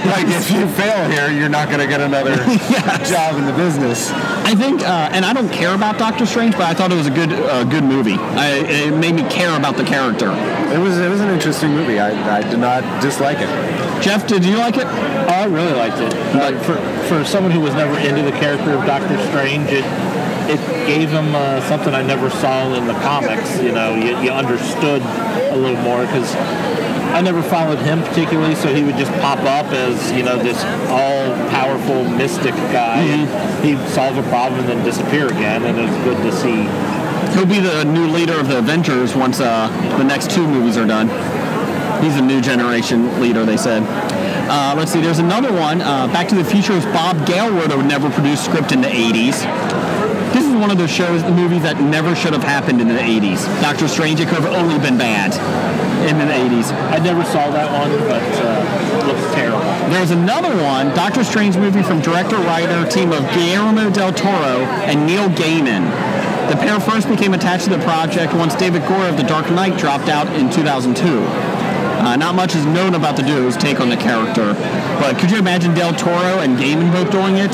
like if you fail here, you're not going to get another job in the business.
I think, uh, and I don't care about Doctor Strange, but I thought it was a good, uh, good movie. I, it made me care about the character.
It was, it was an interesting movie. I, I did not dislike it.
Jeff, did you like it?
Oh, I really liked it. Like for, for someone who was never into the character of Doctor Strange, it it gave him uh, something I never saw in the comics. You know, you, you understood a little more because I never followed him particularly, so he would just pop up as you know this all-powerful mystic guy. And he'd solve a problem and then disappear again, and it was good to see.
He'll be the new leader of the Avengers once uh, the next two movies are done. He's a new generation leader, they said. Uh, let's see, there's another one. Uh, Back to the Future's Bob Gale would have never produced script in the 80s. This is one of those shows, movies that never should have happened in the 80s. Doctor Strange, it could have only been bad in the 80s.
I never saw that one, but uh, it looks terrible.
There's another one, Doctor Strange movie from director-writer team of Guillermo del Toro and Neil Gaiman. The pair first became attached to the project once David Gore of The Dark Knight dropped out in 2002. Uh, not much is known about the duo's take on the character, but could you imagine Del Toro and Gaiman both doing it?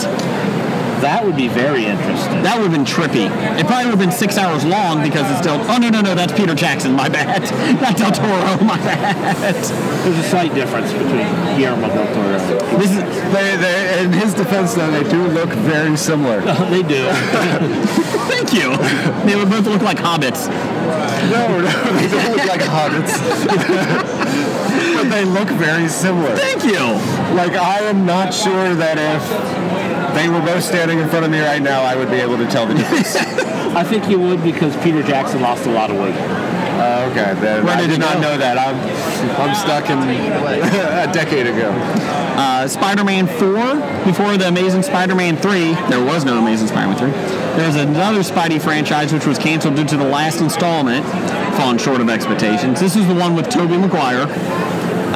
That would be very interesting.
That would have been trippy. It probably would have been six hours long because it's Del. Oh no no no, that's Peter Jackson. My bad. Not Del Toro. My bad.
There's a slight difference between Guillermo del Toro.
This is, they, they, in his defense, though, they do look very similar.
they do.
Thank you. They would both look like hobbits.
No, no, they don't look like hobbits. but they look very similar.
Thank you.
Like, I am not sure that if they were both standing in front of me right now, I would be able to tell the difference.
I think you would because Peter Jackson lost a lot of weight.
Uh, okay, then
Where
I
did
did
it
not
go?
know that. I'm, I'm stuck in a decade ago.
Uh, Spider-Man 4, before the Amazing Spider-Man 3, there was no Amazing Spider-Man 3. There was another Spidey franchise which was canceled due to the last installment falling short of expectations. This is the one with Tobey Maguire.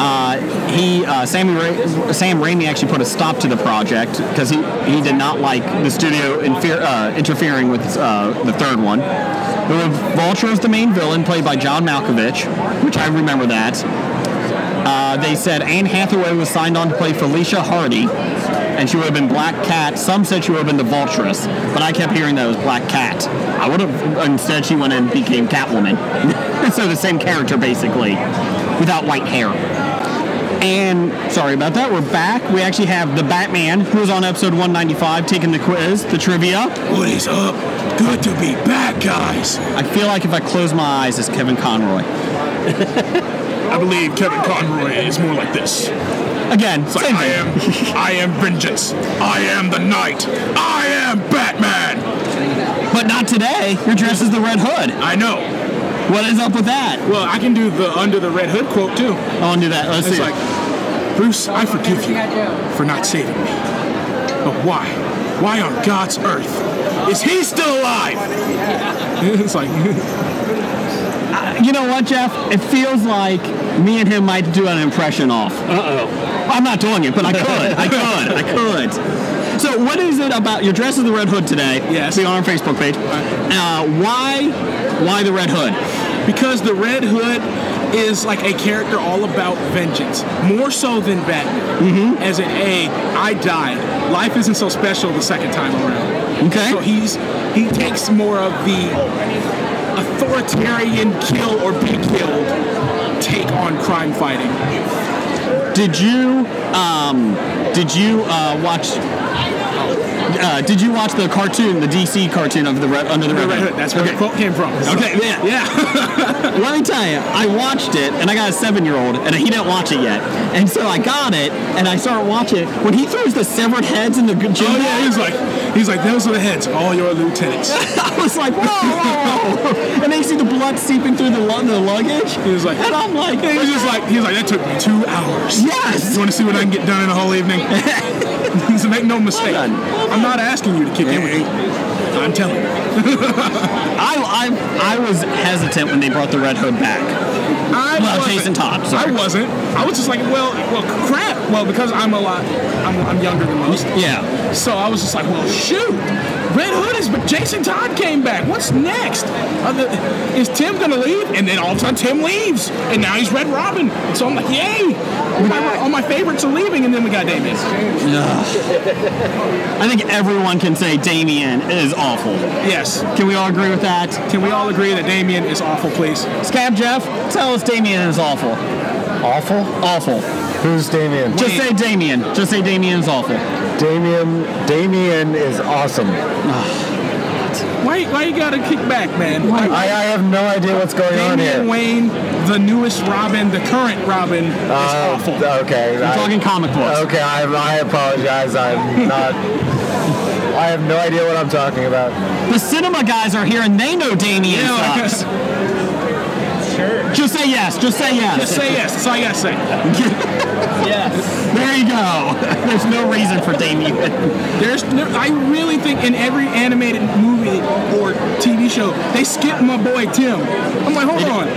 Uh, he, uh, Sammy Ra- Sam Raimi actually put a stop to the project because he, he did not like the studio infer- uh, interfering with uh, the third one. There were Vulture as the main villain, played by John Malkovich, which I remember that. Uh, they said Anne Hathaway was signed on to play Felicia Hardy, and she would have been Black Cat. Some said she would have been the Vulturess, but I kept hearing that it was Black Cat. I would have instead she went and became Catwoman. so the same character basically, without white hair. And sorry about that. We're back. We actually have the Batman, who was on episode 195, taking the quiz, the trivia.
What is up? Good to be back, guys.
I feel like if I close my eyes, it's Kevin Conroy.
I believe Kevin Conroy is more like this.
Again,
it's like, I am, I am vengeance. I am the knight. I am Batman.
But not today. You're dressed as the Red Hood.
I know.
What is up with that?
Well, I can do the under the Red Hood quote too.
I'll do that. Let's
it's
see it.
like, Bruce, I forgive you for not saving me. But why? Why on God's earth is he still alive? it's like.
Uh, you know what, Jeff? It feels like me and him might do an impression off.
Uh
oh. I'm not doing it, but I could. I could. I could. So, what is it about your dress as the Red Hood today? Yes. Be on our Facebook page. Uh, why? Why the Red Hood?
Because the Red Hood is like a character all about vengeance, more so than Batman. Mm-hmm. As in, a I died. Life isn't so special the second time around.
Okay.
So he's he takes more of the authoritarian kill or be killed take on crime fighting.
Did you? Um, did you uh, watch? Uh, did you watch the cartoon, the DC cartoon of the Red Under the,
The Red Hood, that's where the quote came from.
Okay, yeah, yeah. Let me tell you, I watched it, and I got a seven-year-old, and he didn't watch it yet, and so I got it, and I started watching it. When he throws the severed heads in the gym,
Oh yeah, he's like he's like those are the heads, all your lieutenants.
I was like, whoa, whoa, whoa. and then you see the blood seeping through the, lu- the luggage.
He was like,
and I'm like,
He was just like, he was like, that took me two hours.
Yes.
You want to see what I can get done in a whole evening? so make no mistake, I'm not asking you to kick in with me. I'm telling you.
I, I, I was hesitant when they brought the Red Hood back.
I
well,
wasn't-
Jason Todd.
I wasn't. I was just like, well, well, crap. Well, because I'm a lot, I'm, I'm younger than most.
Yeah.
So I was just like, well, shoot. Red Hood is, but Jason Todd came back. What's next? Are the- is Tim gonna leave? And then all of a sudden, Tim leaves, and now he's Red Robin. So I'm like, yay! All my, all my favorites are leaving, and then we got Damien.
I think everyone can say Damien is awful.
Yes.
Can we all agree with that?
Can we all agree that Damien is awful, please?
Scab Jeff, tell us Damien is awful.
Awful?
Awful.
Who's Damien?
Just say Damien. Just say Damien is awful.
Damien. Damien is awesome.
Why, why you gotta kick back, man?
I, I have no idea what's going on
Damian
here.
Wayne, the newest Robin, the current Robin, is
Uh,
awful.
Um, Okay.
We're
I-
talking comic books.
Okay, I, I apologize. I'm not. I have no idea what I'm talking about.
The cinema guys are here and they know Damien sucks. Sure. Just say yes. Just say yes.
Just say yes. That's all you gotta say.
yes. There you go. There's no reason for Damien.
There's, no, I really think in every animated movie or TV show, they skip my boy Tim. I'm like, hold on.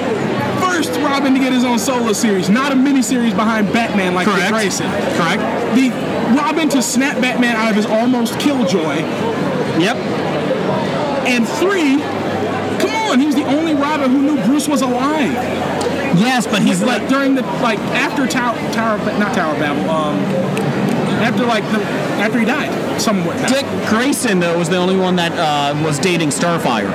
First Robin to get his own solo series, not a miniseries behind Batman like Dick
Correct.
Grayson.
Correct.
The Robin to snap Batman out of his almost killjoy.
Yep.
And three, come on, he was the only Robin who knew Bruce was alive.
Yes, but
he's like during the like after Tower Tower of Ba- not Tower of Babel, um after like the after he died somewhere.
Dick Grayson though was the only one that uh, was dating Starfire.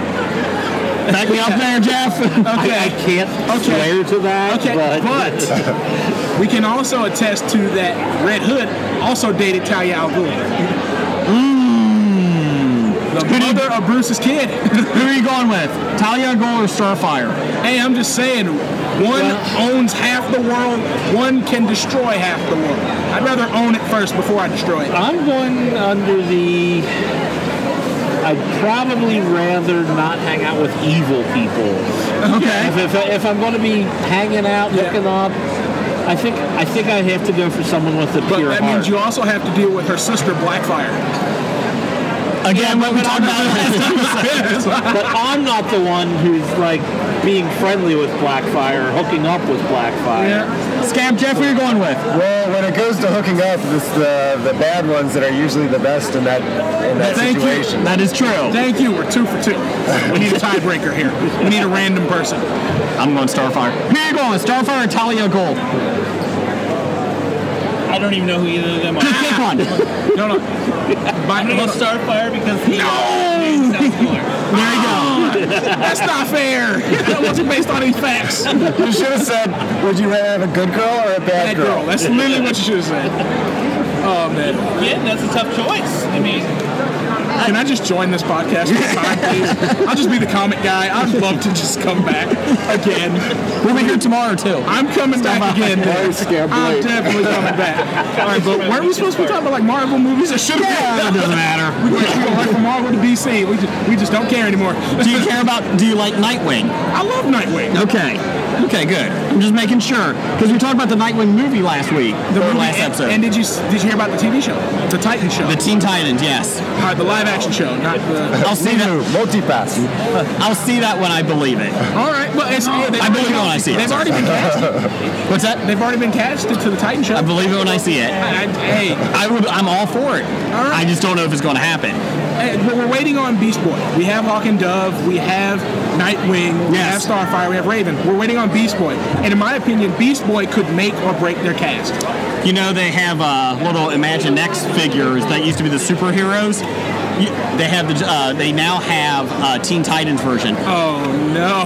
Back me up there, Jeff.
Okay.
I, I can't
Okay.
swear to that.
Okay,
but,
but we can also attest to that Red Hood also dated Talia al Ghul.
Mm.
The mother of Bruce's kid. Who
are you going with? Talia al Ghul or Starfire?
Hey, I'm just saying, one owns half the world, one can destroy half the world. I'd rather own it first before I destroy it.
I'm going under the. I'd probably rather not hang out with evil people. Okay. If, if, I- if I'm going to be hanging out, looking up, I think I think I'd have to go for someone with a
But
pure
that
heart.
means you also have to deal with her sister Blackfire.
Again, what we talked about
but I'm not the one who's like being friendly with Blackfire, hooking up with Blackfire.
Scam Jeff, who are you going with?
Well, when it goes to hooking up, it's the the bad ones that are usually the best in that in that
Thank
situation.
you.
That is true.
Thank you. We're two for two. We need a tiebreaker here. We need a random person.
I'm going Starfire. Who are you going with? Starfire or Talia al Ghul?
I don't even know who either of them are.
Pick one.
no, no. I'm
gonna go Starfire because he. No!
There you
go. That's not fair. That wasn't based on any facts.
You should have said, "Would you rather have a good girl or a bad,
Bad girl. That's literally what you should have said. Oh man.
Yeah, that's a tough choice. I mean,
Can I just join this podcast this time, please? I'll just be the comic guy. I'd love to just come back again.
We'll be here tomorrow too.
I'm coming back again.
Very scared,
I'm
Blake.
definitely coming back. All right, but weren't we supposed to be talking about like Marvel movies? It should
Yeah, it doesn't matter.
We went we went right from Marvel to DC. We just, we just don't care anymore.
Do you care about? Do you like Nightwing?
I love Nightwing.
Okay. Okay, good. I'm just making sure because we talked about the Nightwing movie last week,
The
or
movie-
last
and-
episode.
And did you did you hear about the TV show, the Titan show?
the Teen Titans, yes.
Uh, the live action show, not the.
I'll see that. Multipass. I'll see that when I believe it.
All right, well, it's, yeah, they've
I believe it
already-
when I see it.
They've already been casted.
What's that?
They've already been casted to the Titan show.
I believe it when I see it.
I, I- hey,
I would. I'm all for it. I just don't know if it's going to happen.
Hey, but we're waiting on Beast Boy. We have Hawk and Dove. We have Nightwing. We have Starfire. We have Raven. We're waiting on Beast Boy. And in my opinion, Beast Boy could make or break their cast.
You know, they have uh, little Imagine X figures that used to be the superheroes. You- They have the. Uh, they now have uh, Teen Titans version.
Oh no!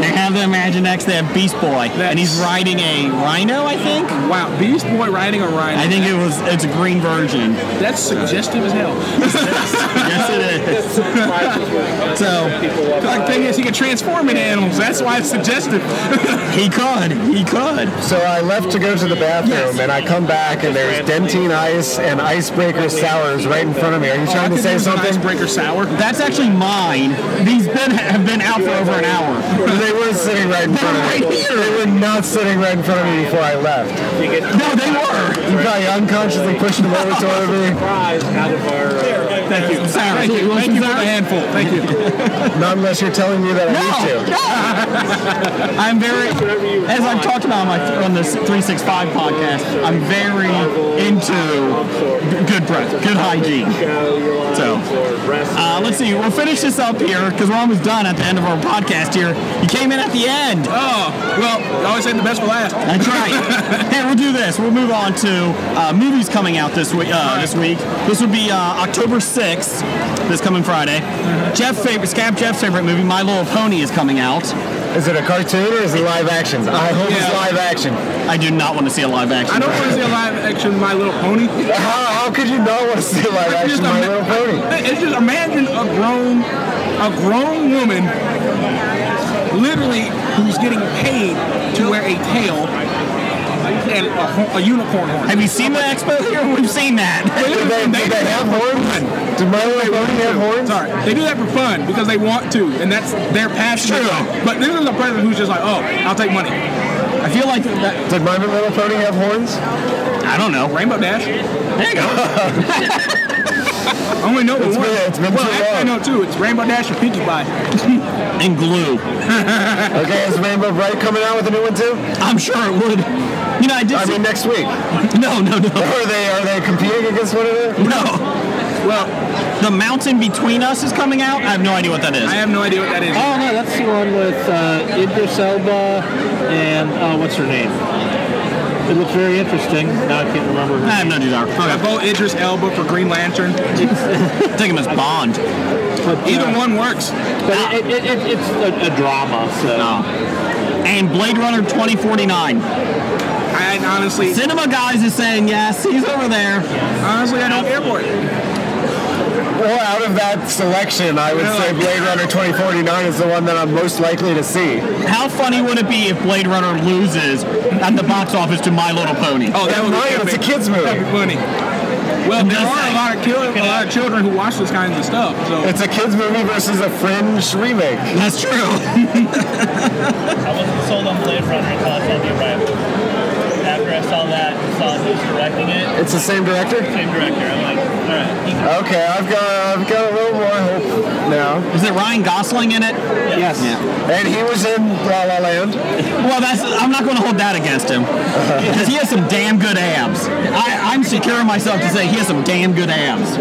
They have the Imagine X. They have Beast Boy, and he's riding a rhino, I think.
Wow, Beast Boy riding a rhino.
I think it was. It's a green version.
That's suggestive as hell.
yes, it is. so,
The thing is, he could transform into animals. That's why it's suggestive.
he could. He could.
So I left to go to the bathroom, and I come back, and there's dentine ice and icebreaker sours right in front of me. Are you
Oh,
trying to say something?
Icebreaker sour.
That's actually mine. These been, have been out for over an hour.
They were sitting right in front of me. They were not sitting right in front of me before I left.
No, they were.
You probably unconsciously pushed him over toward me.
Thank you.
Sarah,
Thank you.
want
Thank you
some
for the handful. Thank you.
Not unless you're telling me that I need to.
I'm very, as I've talked about on, my, on this 365 podcast, I'm very into good breath, good hygiene. So, uh, let's see, we'll finish this up here because we're almost done at the end of our podcast here. You came in at the end.
Oh, well, always say the best for last.
That's right. hey, we'll do this. We'll move on to uh, movies coming out this week. Uh, This week, this would be uh, October 6th, this coming Friday. Jeff favorite, Scab Jeff's favorite movie, My Little Pony, is coming out.
Is it a cartoon or is it live action? I hope it's live action.
I do not want to see a live action.
I don't want to see a live action My Little Pony.
How, how could you not want to see a live action My Little Pony?
It's just imagine a grown, a grown woman, literally who's getting paid to wear a tail and a, ho- a unicorn horn.
Have you seen the expo here? We've seen that.
they, they have horns.
Do My Little Pony have horns?
Sorry, they do that for fun because they want to, and that's their passion. True. But this is a person who's just like, oh, I'll take money. I
feel like that.
Did My Little Pony have horns?
I don't know.
Rainbow Dash.
There you go.
I only know the
It's
one.
been- it's been
well,
too
actually, I know two. It's Rainbow Dash and Pinkie Pie.
and glue.
okay, is Rainbow Bright coming out with a new one too?
I'm sure it would. You know, I did.
I mean, next week.
No, no, no.
Are they are they competing against one another?
No. Well, The Mountain Between Us is coming out. I have no idea what that is. I
have no idea what that is.
Oh no, that's the one with uh, Idris Elba and uh, what's her name? It looks very interesting. Now I can't remember. Her
I have no desire.
I vote Idris Elba for Green Lantern.
Take him as Bond.
Either one works.
But it, it, it, it's a, a drama, so.
Oh. And Blade Runner 2049.
I honestly.
Cinema Guys is saying yes. He's over there.
Honestly, I don't care for it.
Well, out of that selection, I would say Blade Runner 2049 is the one that I'm most likely to see.
How funny would it be if Blade Runner loses at the box office to My Little Pony?
Oh, that would be
It's
epic.
a kids movie.
That'd be funny. Well, there are a lot of children, a lot of children who watch this kinds of stuff. So
It's a kids movie versus a fringe remake.
That's true.
I wasn't sold on Blade Runner until I saw the arrival. After I saw that and saw who's directing it,
It's the same director.
same director, I'm like, alright.
Okay, I've got I've got a little more hope now.
Is it Ryan Gosling in it?
Yes. And he was in La La Land.
Well, that's I'm not going to hold that against him because he has some damn good abs. I, I'm secure in myself to say he has some damn good abs.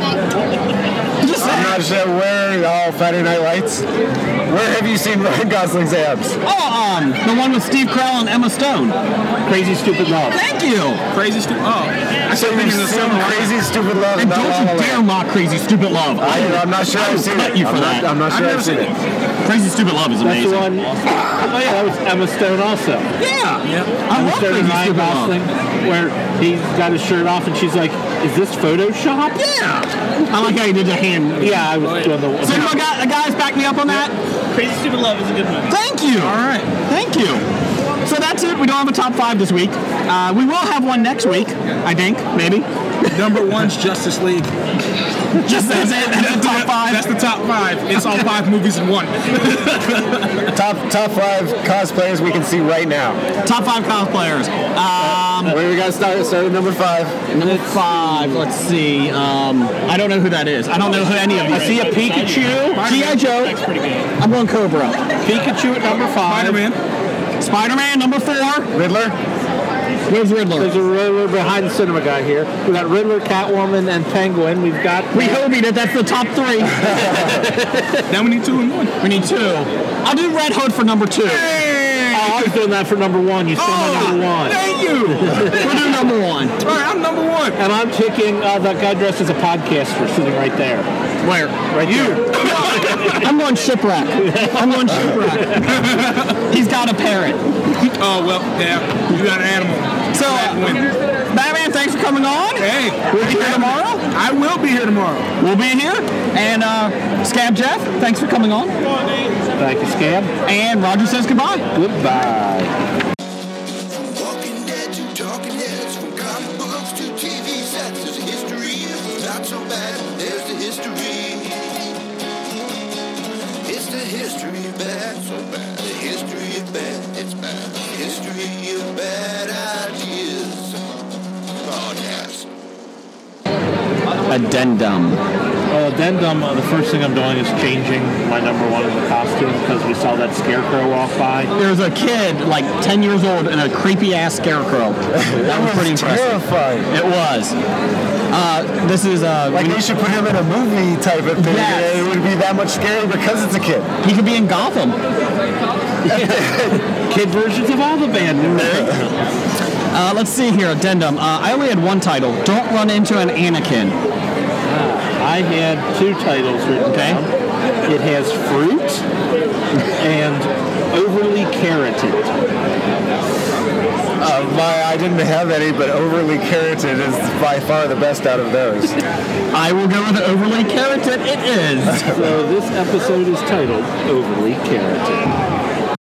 I'm not sure where. Oh, Friday Night Lights. Where have you seen Ryan Gosling's abs?
Oh, um, the one with Steve Carell and Emma Stone.
Crazy Stupid Love.
Thank you.
Crazy Stupid. Oh, I
so you've seen Crazy Stupid Love?
And
not La La
don't you
Land.
dare mock Crazy Stupid Love.
I, am not sure
I
I've
will
seen
cut
it.
you for
I'm,
that.
Not, I'm not sure I've seen it.
Crazy Stupid Love is
That's
amazing.
the one. Oh yeah, that was Emma Stone also.
Yeah. I
Emma
love
Stone
Crazy
and Ryan
Stupid Love.
Gosling, where he's got his shirt off and she's like, "Is this Photoshop?" Oh,
Yeah. I like how you did the hand.
Yeah, I was doing the.
So, my guy, guys, back me up on that.
Crazy Stupid Love is a good movie.
Thank you. All right. Thank you. So that's it. We don't have a top five this week. Uh, we will have one next week, I think, maybe.
Number one's Justice League.
Just that's it. That's the top five.
That's the top five. It's all five movies in one.
Top top five cosplayers we can see right now.
Top five cosplayers. Um,
Where we gotta start? Start at number five.
Number five. Let's see. Um, I don't know who that is. I don't know who any of you.
I see a Pikachu.
GI Joe. I'm going Cobra.
Pikachu at number five.
Spider-Man. Spider-Man number four.
Riddler.
Where's Riddler?
There's a Riddler behind the cinema guy here. We got Riddler, Catwoman, and Penguin. We've got.
We hobied it. That's the top three.
now we need two and one.
We need two. I'll do Red Hood for number two.
Oh, I was doing that for number one. You still my number one.
Thank you.
We'll do number one.
All right, I'm number one.
And I'm picking uh, that guy dressed as a podcaster sitting right there.
Where?
Right you.
I'm going shipwreck. I'm going shipwreck. He's got a parrot.
Oh well, yeah, you got an animal.
So, Batman, thanks for coming on.
Hey,
we'll be here tomorrow.
I will be here tomorrow.
We'll be here. And uh, Scab Jeff, thanks for coming on.
Thank you, Scab.
And Roger says goodbye.
Goodbye.
Walking dead to talking heads, from comic books to TV sets. There's a history, if it's not so bad, there's the history. It's the history of bad, so bad. The history of bad, it's bad. History of bad ideas. Podcast.
addendum.
Well, addendum, uh, the first thing I'm doing is changing my number one in the costume because we saw that scarecrow walk by.
There's a kid, like 10 years old, and a creepy ass scarecrow. That was pretty impressive.
terrifying.
It was. Uh, this is uh,
like they should put him in a movie type of thing.
Yes.
and It would be that much scarier because it's a kid.
He could be in Gotham.
Kid versions of all the band.
Uh, let's see here, addendum. Uh, I only had one title. Don't run into an Anakin.
Ah, I had two titles written down. It has fruit and overly carroted.
Uh, my, I didn't have any, but overly carroted is by far the best out of those.
I will go with overly carroted. It is.
so this episode is titled Overly Carroted.